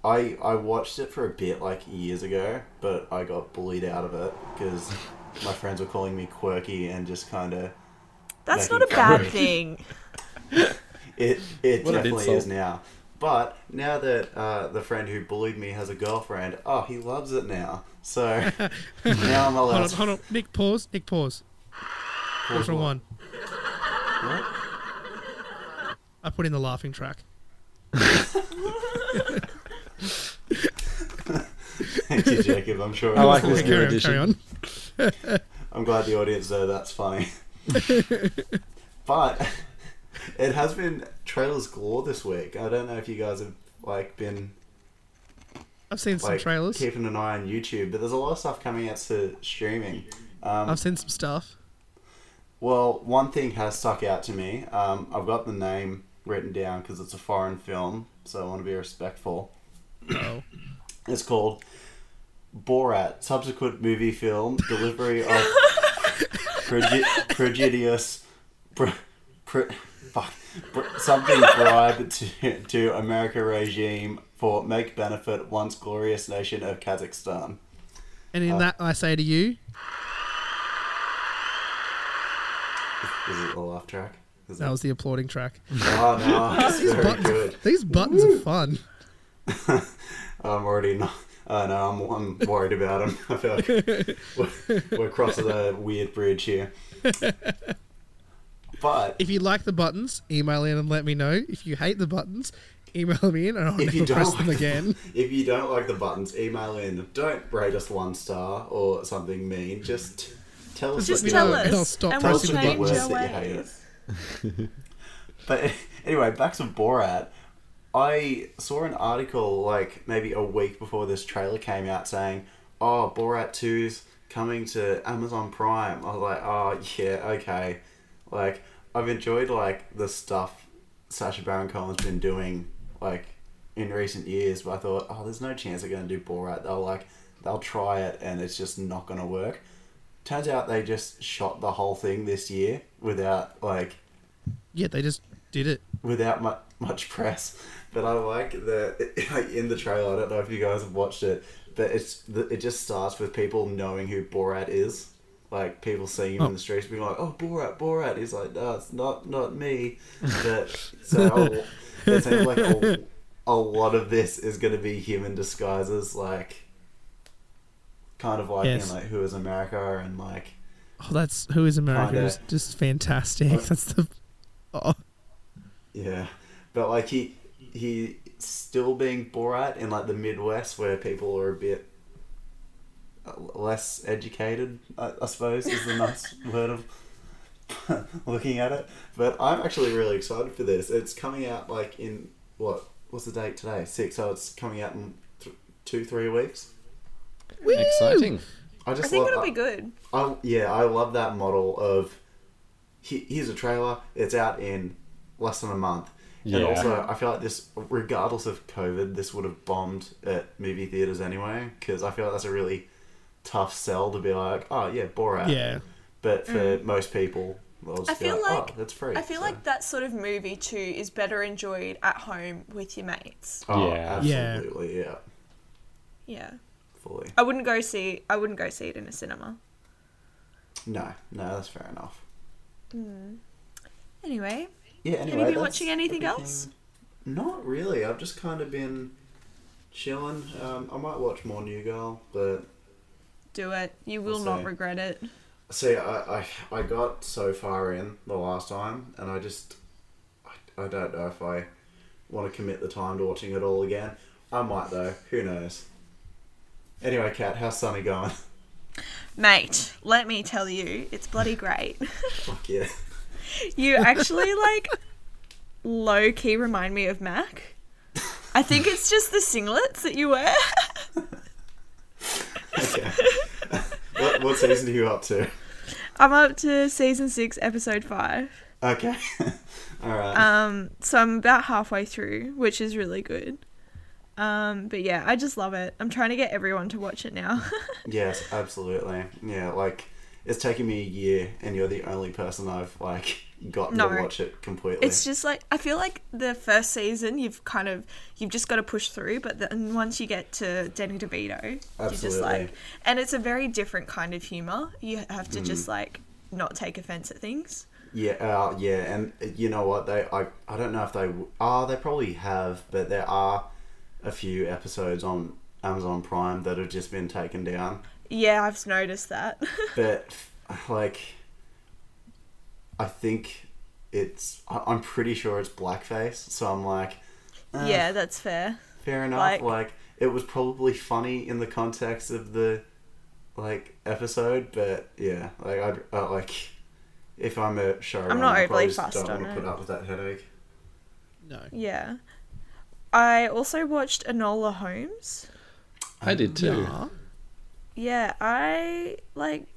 Speaker 3: I, I watched it for a bit like years ago, but I got bullied out of it because my friends were calling me quirky and just kind of
Speaker 2: That's
Speaker 3: Like
Speaker 2: not a
Speaker 3: you
Speaker 2: bad
Speaker 3: can't.
Speaker 2: thing.
Speaker 3: It it
Speaker 4: What an
Speaker 3: definitely
Speaker 4: insult.
Speaker 3: is now. But now that uh, the friend who bullied me has a girlfriend, oh, he loves it now. So now I'm
Speaker 1: Hold
Speaker 3: allowed.
Speaker 1: on,
Speaker 3: to
Speaker 1: hold on. Nick, pause. Nick, pause.
Speaker 3: pause
Speaker 1: Pause for
Speaker 3: one.
Speaker 1: one.
Speaker 3: What?
Speaker 1: I put in the laughing track.
Speaker 3: Thank you, Jacob. I'm sure.
Speaker 4: I like this
Speaker 1: Okay,
Speaker 4: new
Speaker 1: carry on,
Speaker 4: edition.
Speaker 1: carry on.
Speaker 3: I'm glad the audience know that's funny. but it has been trailers galore this week. I don't know if you guys have like been
Speaker 1: I've seen some
Speaker 3: like
Speaker 1: trailers.
Speaker 3: keeping an eye on YouTube, but there's a lot of stuff coming out to streaming. Um,
Speaker 1: I've seen some stuff.
Speaker 3: Well, one thing has stuck out to me. Um, I've got the name written down because it's a foreign film, so I want to be respectful.
Speaker 1: Oh,
Speaker 3: It's called Borat, subsequent movie film, delivery of pregi- prejudice, pre- pre- fuck, Br- something bribe to, to America regime for make benefit once glorious nation of Kazakhstan.
Speaker 1: and
Speaker 3: Uh,
Speaker 1: in that, I say to you,
Speaker 3: Is it the laugh track? Is
Speaker 1: that
Speaker 3: it-
Speaker 1: was the applauding track.
Speaker 3: Oh, no, it's very
Speaker 1: buttons-
Speaker 3: good.
Speaker 1: These buttons are fun.
Speaker 3: I'm already not. Uh, no, I'm, I'm worried about him. I feel like we're, we're crossing a weird bridge here. But
Speaker 1: If you like the buttons, email in and let me know. If you hate the buttons, email me in and I'll
Speaker 3: if you
Speaker 1: never
Speaker 3: don't
Speaker 1: press them
Speaker 3: like the-
Speaker 1: again.
Speaker 3: if you don't like the buttons, email in. Don't rate us one star or something mean. Just tell us.
Speaker 1: Just
Speaker 2: Just
Speaker 3: what you
Speaker 2: tell
Speaker 1: know,
Speaker 2: us,
Speaker 1: and I'll stop
Speaker 2: and we'll
Speaker 3: pressing the
Speaker 2: change
Speaker 3: buttons.
Speaker 2: our
Speaker 3: That you hate
Speaker 2: ways.
Speaker 3: But anyway, back to Borat. I saw an article like maybe a week before this trailer came out saying, "Oh, Borat 2's coming to Amazon Prime." I was like, "Oh, yeah, okay." Like I've enjoyed like the stuff Sacha Baron Cohen's been doing like in recent years, but I thought, "Oh, there's no chance they're going to do Borat. They'll like they'll try it and it's just not going to work." Turns out they just shot the whole thing this year without like
Speaker 1: Yeah, they just did it.
Speaker 3: without much, much press. But I like the like in the trailer. I don't know if you guys have watched it, but it's the- it just starts with people knowing who Borat is, like people seeing him in the streets, being like, "Oh, Borat, Borat." He's like, "No, it's not not me." But so I, it seems like a, a lot of this is going to be him in disguises, like kind of like
Speaker 1: Yes.
Speaker 3: in like Who Is America and like
Speaker 1: Oh, that's Who is America?
Speaker 3: Kinda.
Speaker 1: Is just fantastic. That's the. Oh,
Speaker 3: Yeah, but like he he still being Borat in like the Midwest where people are a bit uh, less educated. I, I suppose is the nice word of looking at it. But I'm actually really excited for this. It's coming out like in what what's the date today? Six. So it's coming out in th- two three weeks.
Speaker 1: woo!
Speaker 4: Exciting.
Speaker 3: I
Speaker 2: I
Speaker 3: just
Speaker 2: think
Speaker 3: love-
Speaker 2: it'll
Speaker 3: I-
Speaker 2: be good.
Speaker 3: I yeah, I love that model of he- here's a trailer. It's out in less than a month. And
Speaker 4: Yeah.
Speaker 3: also, I feel like this, regardless of COVID, this would have bombed at movie theaters anyway. Because I feel like that's a really tough sell to be like, oh yeah, Borat.
Speaker 1: Yeah.
Speaker 3: But for most people, they'll just
Speaker 2: Mm. I
Speaker 3: be
Speaker 2: feel
Speaker 3: like,
Speaker 2: like-
Speaker 3: oh, that's free.
Speaker 2: I feel
Speaker 3: So-
Speaker 2: like that sort of movie too is better enjoyed at home with your mates.
Speaker 3: oh,
Speaker 4: Yeah.
Speaker 1: Yeah.
Speaker 3: absolutely, yeah,
Speaker 2: Yeah,
Speaker 3: fully.
Speaker 2: I wouldn't go see. I wouldn't go see it in a cinema.
Speaker 3: No, no, that's fair enough.
Speaker 2: Anyway,
Speaker 3: Yeah. Anyway,
Speaker 2: have you been
Speaker 3: that's
Speaker 2: watching anything
Speaker 3: everything-
Speaker 2: else?
Speaker 3: Not really. I've just kind of been chilling. Um, I might watch more New Girl, but
Speaker 2: Do it. You will
Speaker 3: We'll
Speaker 2: not
Speaker 3: see.
Speaker 2: regret it.
Speaker 3: See, I, I, I got so far in the last time, and I just, I, I don't know if I want to commit the time to watching it all again. I might though. Who knows? Anyway, Kat, how's Sunny going?
Speaker 2: Mate, let me tell you, it's bloody great.
Speaker 3: Fuck yeah.
Speaker 2: You actually like low key remind me of Mac. I think it's just the singlets that you wear.
Speaker 3: Okay. what, what season are you up to?
Speaker 2: I'm up to season six, episode five.
Speaker 3: Okay. all right.
Speaker 2: Um, so I'm about halfway through, which is really good. Um, but yeah, I just love it. I'm trying to get everyone to watch it now.
Speaker 3: Yes, absolutely. Yeah, like it's taken me a year, and you're the only person I've like gotten
Speaker 2: No.
Speaker 3: to watch it completely.
Speaker 2: it's just like I feel like the first season you've kind of you've just got to push through, but then once you get to Danny DeVito, you just
Speaker 3: Absolutely.
Speaker 2: like, and it's a very different kind of humor. You have to just like not take offense at things.
Speaker 3: yeah, uh, yeah, and uh, you know what? They, I, I don't know if they are. they probably have, but there are a few episodes on Amazon Prime that have just been taken down.
Speaker 2: Yeah, I've noticed that.
Speaker 3: but like i think it's I- i'm pretty sure it's blackface so i'm like eh,
Speaker 2: yeah, that's fair.
Speaker 3: fair enough
Speaker 2: like-
Speaker 3: like, it was probably funny in the context of the like episode but yeah like i'd uh, like if i'm a showrunner
Speaker 2: not
Speaker 3: I
Speaker 2: overly
Speaker 3: probably just
Speaker 2: fussed
Speaker 3: don't
Speaker 2: on
Speaker 3: want to
Speaker 2: it.
Speaker 3: put up with that headache
Speaker 1: No.
Speaker 2: Yeah. I also watched Enola Holmes.
Speaker 4: I did too.
Speaker 1: Nah.
Speaker 2: Yeah, I like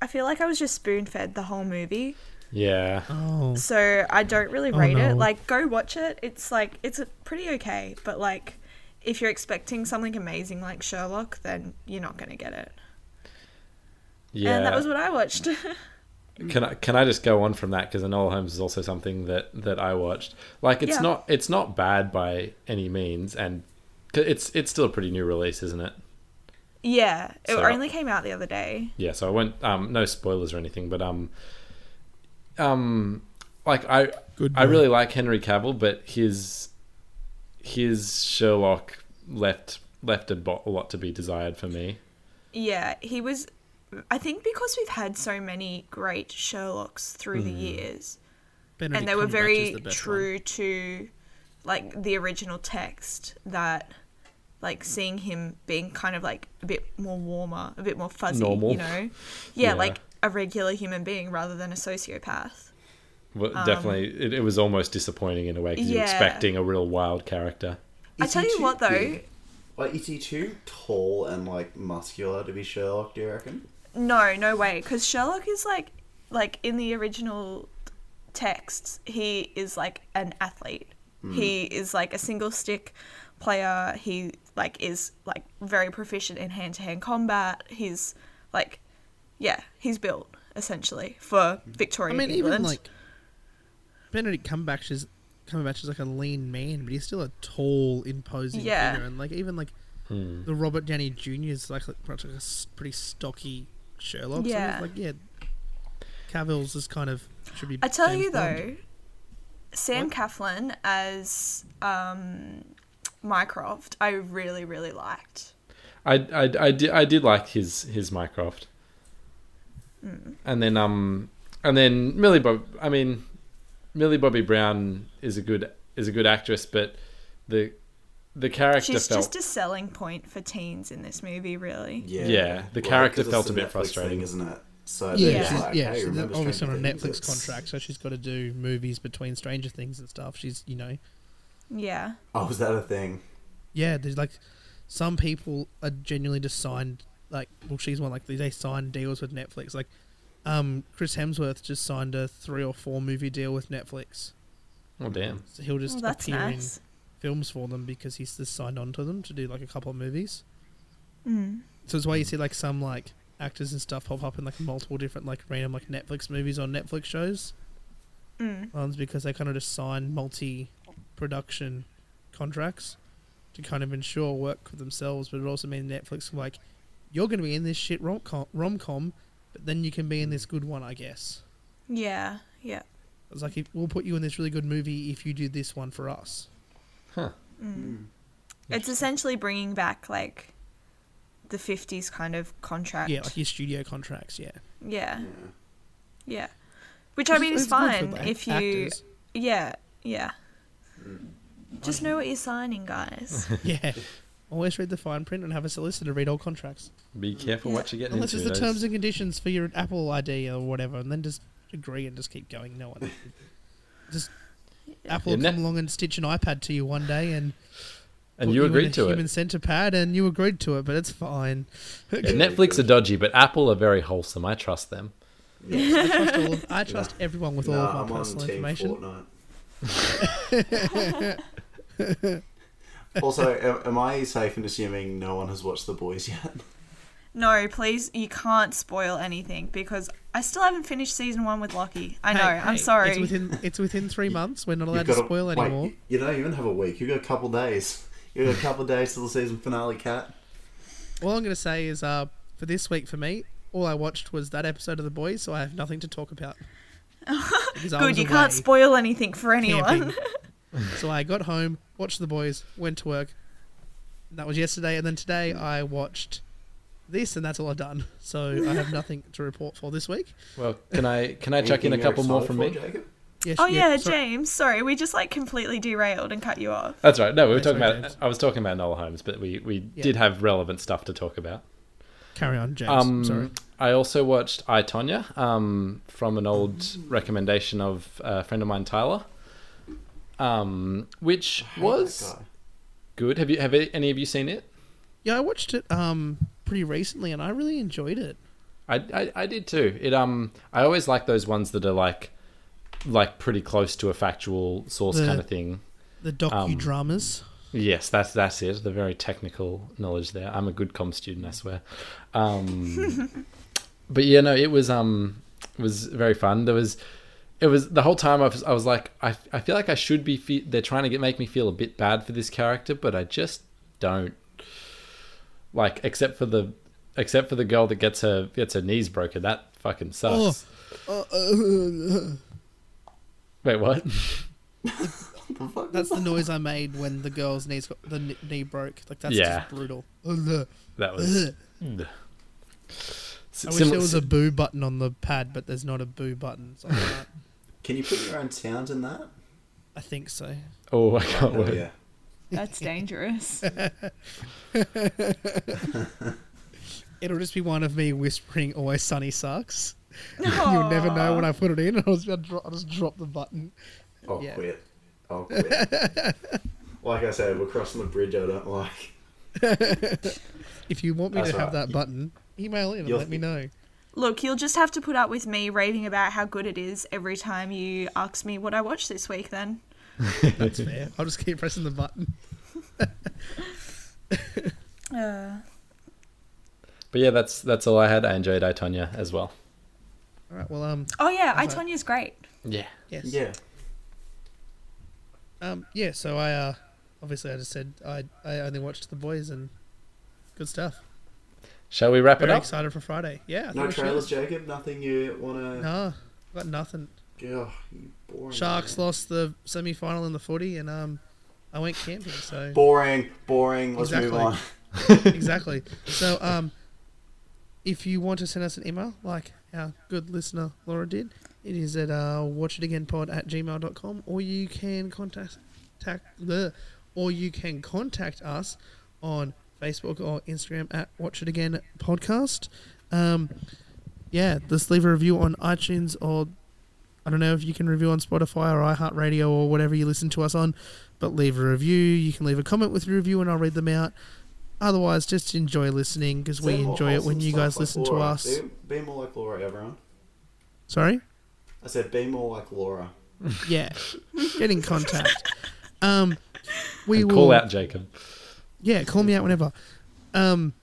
Speaker 2: I feel like I was just spoon fed the whole movie.
Speaker 4: Yeah.
Speaker 1: Oh.
Speaker 2: So I don't really
Speaker 1: Oh,
Speaker 2: rate it.
Speaker 1: no.
Speaker 2: Like go watch it. It's like it's a pretty okay, but like if you're expecting something amazing like Sherlock, then you're not going to get it.
Speaker 4: Yeah.
Speaker 2: And that was what I watched.
Speaker 4: Can I can I just go on from that because Enola Holmes is also something that that I watched. Like it's
Speaker 2: Yeah.
Speaker 4: not it's not bad by any means, and c- it's it's still a pretty new release, isn't it?
Speaker 2: yeah, it
Speaker 4: So-
Speaker 2: only came out the other day.
Speaker 4: Yeah. So I won't um no spoilers or anything, but um um like I
Speaker 1: Good
Speaker 4: I
Speaker 1: boy.
Speaker 4: really like Henry Cavill, but his his Sherlock left left a, bo- a lot to be desired for me.
Speaker 2: Yeah, he was. I think because we've had so many great Sherlocks through
Speaker 4: Mm-hmm.
Speaker 2: the years,
Speaker 1: Benedict
Speaker 2: and they
Speaker 1: Cumberbatch
Speaker 2: were
Speaker 1: is
Speaker 2: very
Speaker 1: the best
Speaker 2: true to, like the original text. That, like seeing him being kind of like a bit more warmer, a bit more fuzzy,
Speaker 4: Normal.
Speaker 2: you know, yeah,
Speaker 4: Yeah.
Speaker 2: like a regular human being rather than a sociopath.
Speaker 4: Well, definitely, it, it was almost disappointing in a way because you're
Speaker 2: Um, yeah.
Speaker 4: expecting a real wild character.
Speaker 2: I
Speaker 3: Is
Speaker 2: tell
Speaker 3: he
Speaker 2: you
Speaker 3: too
Speaker 2: what, though,
Speaker 3: big? like is he too tall and like muscular to be sherlock do you reckon
Speaker 2: No, no way. Because Sherlock is like, like in the original texts, he is like an athlete. He is like a single stick player. He like is like very proficient in hand to hand combat. He's like, yeah, he's built essentially for
Speaker 1: I
Speaker 2: Victorian
Speaker 1: mean,
Speaker 2: England.
Speaker 1: even like Benedict Cumberbatch is Cumberbatch is like a lean man, but he's still a tall, imposing
Speaker 2: Yeah.
Speaker 1: figure. And like even like
Speaker 3: Hmm.
Speaker 1: the Robert Downey Jr. is like, like pretty- like a s- pretty stocky Sherlock.
Speaker 2: Yeah.
Speaker 1: So it's like yeah, Cavill's is kind of should be.
Speaker 2: I tell
Speaker 1: James
Speaker 2: you
Speaker 1: Bond.
Speaker 2: though, Sam Coughlin as um, Mycroft, I really really liked.
Speaker 4: I, I, I, did, I did like his his Mycroft.
Speaker 2: Hmm.
Speaker 4: And then um and then Millie Bob I mean Millie Bobby Brown is a good is a good actress but the the character
Speaker 2: She's
Speaker 4: felt
Speaker 2: just a selling point for teens in this movie, really.
Speaker 3: yeah
Speaker 4: Yeah, the character
Speaker 3: 'cause it's
Speaker 4: felt
Speaker 3: the
Speaker 4: a bit
Speaker 3: Netflix
Speaker 4: frustrating.
Speaker 3: thing, isn't it
Speaker 1: Yeah,
Speaker 3: so
Speaker 2: Yeah.
Speaker 3: yeah,
Speaker 1: she's,
Speaker 3: like,
Speaker 1: yeah,
Speaker 3: hey,
Speaker 1: she's
Speaker 3: remember
Speaker 1: obviously on a
Speaker 3: Stranger Things?
Speaker 1: Netflix
Speaker 3: It's-
Speaker 1: contract, so she's got to do movies between Stranger Things and stuff. She's, you know,
Speaker 2: Yeah.
Speaker 3: Oh, is that a thing?
Speaker 1: yeah, there's like some people are genuinely just signed like well she's one like they signed deals with Netflix. Like um Chris Hemsworth just signed a three or four movie deal with Netflix.
Speaker 4: oh damn.
Speaker 1: So he'll just
Speaker 2: Well, that's
Speaker 1: appear
Speaker 2: nice.
Speaker 1: in films for them because he's just signed on to them to do like a couple of movies. Mm. So it's why you see like some like actors and stuff pop up in like multiple different like random like Netflix movies on Netflix shows.
Speaker 2: Mm.
Speaker 1: ones because they kind of just sign multi production contracts to kind of ensure work for themselves, but it also means Netflix can like, you're going to be in this shit rom com, but then you can be in this good one, I guess.
Speaker 2: Yeah. Yeah.
Speaker 1: It's like, if- we'll put you in this really good movie if you do this one for us.
Speaker 2: It's essentially bringing back like the 50s kind of contract.
Speaker 1: Yeah, like your studio contracts, yeah.
Speaker 2: Yeah.
Speaker 3: Yeah.
Speaker 2: Yeah. Which I mean is fine if you Yeah, yeah. Just know what you're signing, guys.
Speaker 1: yeah. Always read the fine print and have a solicitor read all contracts.
Speaker 4: Be careful what you get
Speaker 1: Unless it's
Speaker 4: into.
Speaker 1: the
Speaker 4: those-
Speaker 1: terms and conditions for your Apple ID or whatever, and then just agree and just keep going. No one. Just Apple will
Speaker 4: Yeah,
Speaker 1: come
Speaker 4: ne-
Speaker 1: along and stitch an iPad to you one day, and
Speaker 4: and
Speaker 1: put
Speaker 4: you
Speaker 1: in a
Speaker 4: agreed to it.
Speaker 1: Human centipad, and you agreed to it, but it's fine.
Speaker 4: Yeah, Netflix are dodgy, but Apple are very wholesome. I trust them.
Speaker 1: I trust, all of, I trust everyone with all
Speaker 3: Nah,
Speaker 1: of
Speaker 3: I'm
Speaker 1: my
Speaker 3: on
Speaker 1: personal
Speaker 3: Team
Speaker 1: information.
Speaker 3: Fortnite. also, am, am I safe in assuming no one has watched The Boys yet?
Speaker 2: No, please, you can't spoil anything because I still haven't finished season one with Lockie. I know,
Speaker 1: Hey, hey,
Speaker 2: I'm sorry.
Speaker 1: It's within it's within three months. We're not
Speaker 3: You've
Speaker 1: allowed to
Speaker 3: got a-
Speaker 1: spoil
Speaker 3: wait,
Speaker 1: anymore.
Speaker 3: y- You don't even have a week. You've got a couple days. You've got a couple days till the season finale, Cat.
Speaker 1: All I'm going to say is, uh, for this week for me, all I watched was that episode of The Boys, so I have nothing to talk about. Because I
Speaker 2: Good,
Speaker 1: was
Speaker 2: you can't
Speaker 1: away
Speaker 2: spoil anything for anyone.
Speaker 1: camping. so I got home, watched The Boys, went to work. That was yesterday, and then today I watched this, and that's all I've done. So I have nothing to report for this week.
Speaker 4: Well, can I can I chuck in a
Speaker 3: Anything you're
Speaker 4: couple more
Speaker 3: excited
Speaker 4: from
Speaker 3: for,
Speaker 4: me?
Speaker 3: Jacob?
Speaker 1: Yes,
Speaker 2: Oh yeah,
Speaker 1: so-
Speaker 2: James. Sorry, we just like completely derailed and cut you off.
Speaker 4: That's right. No, we were
Speaker 1: Thanks,
Speaker 4: talking
Speaker 1: sorry,
Speaker 4: about.
Speaker 1: James.
Speaker 4: I was talking about Nola Holmes, but we we
Speaker 1: Yeah.
Speaker 4: did have relevant stuff to talk about.
Speaker 1: Carry on, James.
Speaker 4: Um,
Speaker 1: Sorry.
Speaker 4: I also watched I Tonya um, from an old recommendation of a friend of mine, Tyler, um, which
Speaker 3: Hate that
Speaker 4: was
Speaker 3: guy.
Speaker 4: good. Have you have any of you seen it?
Speaker 1: Yeah, I watched it um pretty recently, and I really enjoyed it.
Speaker 4: I, I, I did too. It um I always like those ones that are like like pretty close to a factual source
Speaker 1: The-
Speaker 4: kind of thing.
Speaker 1: The docudramas.
Speaker 4: Yes, that's that's it. The very technical knowledge there. I'm a good com student, I swear. Um, but yeah, no, it was um it was very fun. There was it was the whole time I was, I was like I, I feel like I should be fe- they're trying to get make me feel a bit bad for this character, but I just don't. Like except for the except for the girl that gets her gets her knees broken, that fucking sucks.
Speaker 1: Oh.
Speaker 4: Um, Wait, what?
Speaker 3: The fuck
Speaker 1: That's
Speaker 3: was
Speaker 1: the noise I made when the girl's knees got, the kn- knee broke. Like that's
Speaker 4: Yeah.
Speaker 1: just brutal. Ugh.
Speaker 4: That was.
Speaker 1: Ugh. I wish there was a boo button on the pad, but there's not a boo button. So I, can't-
Speaker 3: that? Can you put your own sound in that?
Speaker 1: I think so.
Speaker 4: Oh, I can't
Speaker 3: Oh,
Speaker 4: wait.
Speaker 3: yeah.
Speaker 2: That's dangerous.
Speaker 1: It'll just be one of me whispering "Always Sunny sucks." You'll never know when I put it in. I'll just, I'll dro- I'll just drop the button.
Speaker 3: I'll
Speaker 1: Yeah.
Speaker 3: quit. I'll quit. like I said, we're crossing the bridge I don't like.
Speaker 1: If you want me
Speaker 3: That's
Speaker 1: to have
Speaker 3: right.
Speaker 1: that button, email in and
Speaker 3: You'll
Speaker 1: let me
Speaker 3: think-
Speaker 1: know.
Speaker 2: Look, you'll just have to put up with me raving about how good it is every time you ask me what I watched this week. Then
Speaker 1: That's fair. I'll just keep pressing the button.
Speaker 2: uh,
Speaker 4: But yeah, that's that's all I had. I enjoyed I Tonya as well.
Speaker 1: All right. Well, um,
Speaker 2: oh yeah,
Speaker 1: Okay.
Speaker 2: Itonya's great.
Speaker 4: Yeah.
Speaker 1: yes.
Speaker 3: Yeah.
Speaker 1: Um, yeah, so I uh, obviously I just said I I only watched the boys and good stuff.
Speaker 4: Shall we wrap it
Speaker 1: Very
Speaker 4: up?
Speaker 1: excited for Friday. Yeah. I think
Speaker 3: No
Speaker 1: we should.
Speaker 3: trailers, Jacob? Nothing you want to...
Speaker 1: No, got nothing.
Speaker 3: Ugh, you boring.
Speaker 1: Sharks
Speaker 3: man.
Speaker 1: lost the semi final in the footy, and um, I went camping. So
Speaker 3: Boring, boring. Let's move
Speaker 1: Exactly.
Speaker 3: on.
Speaker 1: exactly. So um, if you want to send us an email, like our good listener Laura did, it is at uh, watchitagainpod at gmail.com, or you can contact, tac- bleh, or you can contact us on Facebook or Instagram at Watch It Again Podcast. Um, yeah, just leave a review on iTunes or I don't know if you can review on Spotify or iHeartRadio or whatever you listen to us on, but leave a review. You can leave a comment with your review and I'll read them out. Otherwise, just enjoy listening because we
Speaker 3: Say more
Speaker 1: enjoy it when
Speaker 3: wholesome
Speaker 1: you
Speaker 3: stuff
Speaker 1: guys
Speaker 3: like
Speaker 1: listen to
Speaker 3: Laura.
Speaker 1: us.
Speaker 3: Be, be more like Laura, everyone.
Speaker 1: Sorry?
Speaker 3: I said, be more like Laura.
Speaker 1: Yeah. Get in contact. Um, we
Speaker 4: And
Speaker 1: will.
Speaker 4: call out Jacob.
Speaker 1: Yeah, call me out whenever. Um,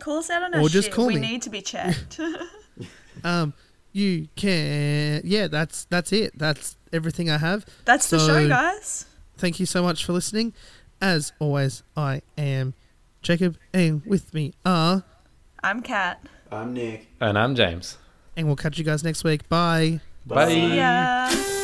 Speaker 2: Call us out on
Speaker 1: Or
Speaker 2: our
Speaker 1: just
Speaker 2: shit.
Speaker 1: call
Speaker 2: we
Speaker 1: me.
Speaker 2: need to be checked.
Speaker 1: um, you can. Yeah, that's that's it. That's everything I have.
Speaker 2: That's the show,
Speaker 1: So-
Speaker 2: guys.
Speaker 1: Thank you so much for listening. As always, I am Jacob, and with me are,
Speaker 2: I'm Kat.
Speaker 3: I'm Nick.
Speaker 4: And I'm James.
Speaker 1: and we'll catch you guys next week. Bye.
Speaker 4: Bye.
Speaker 2: Yeah.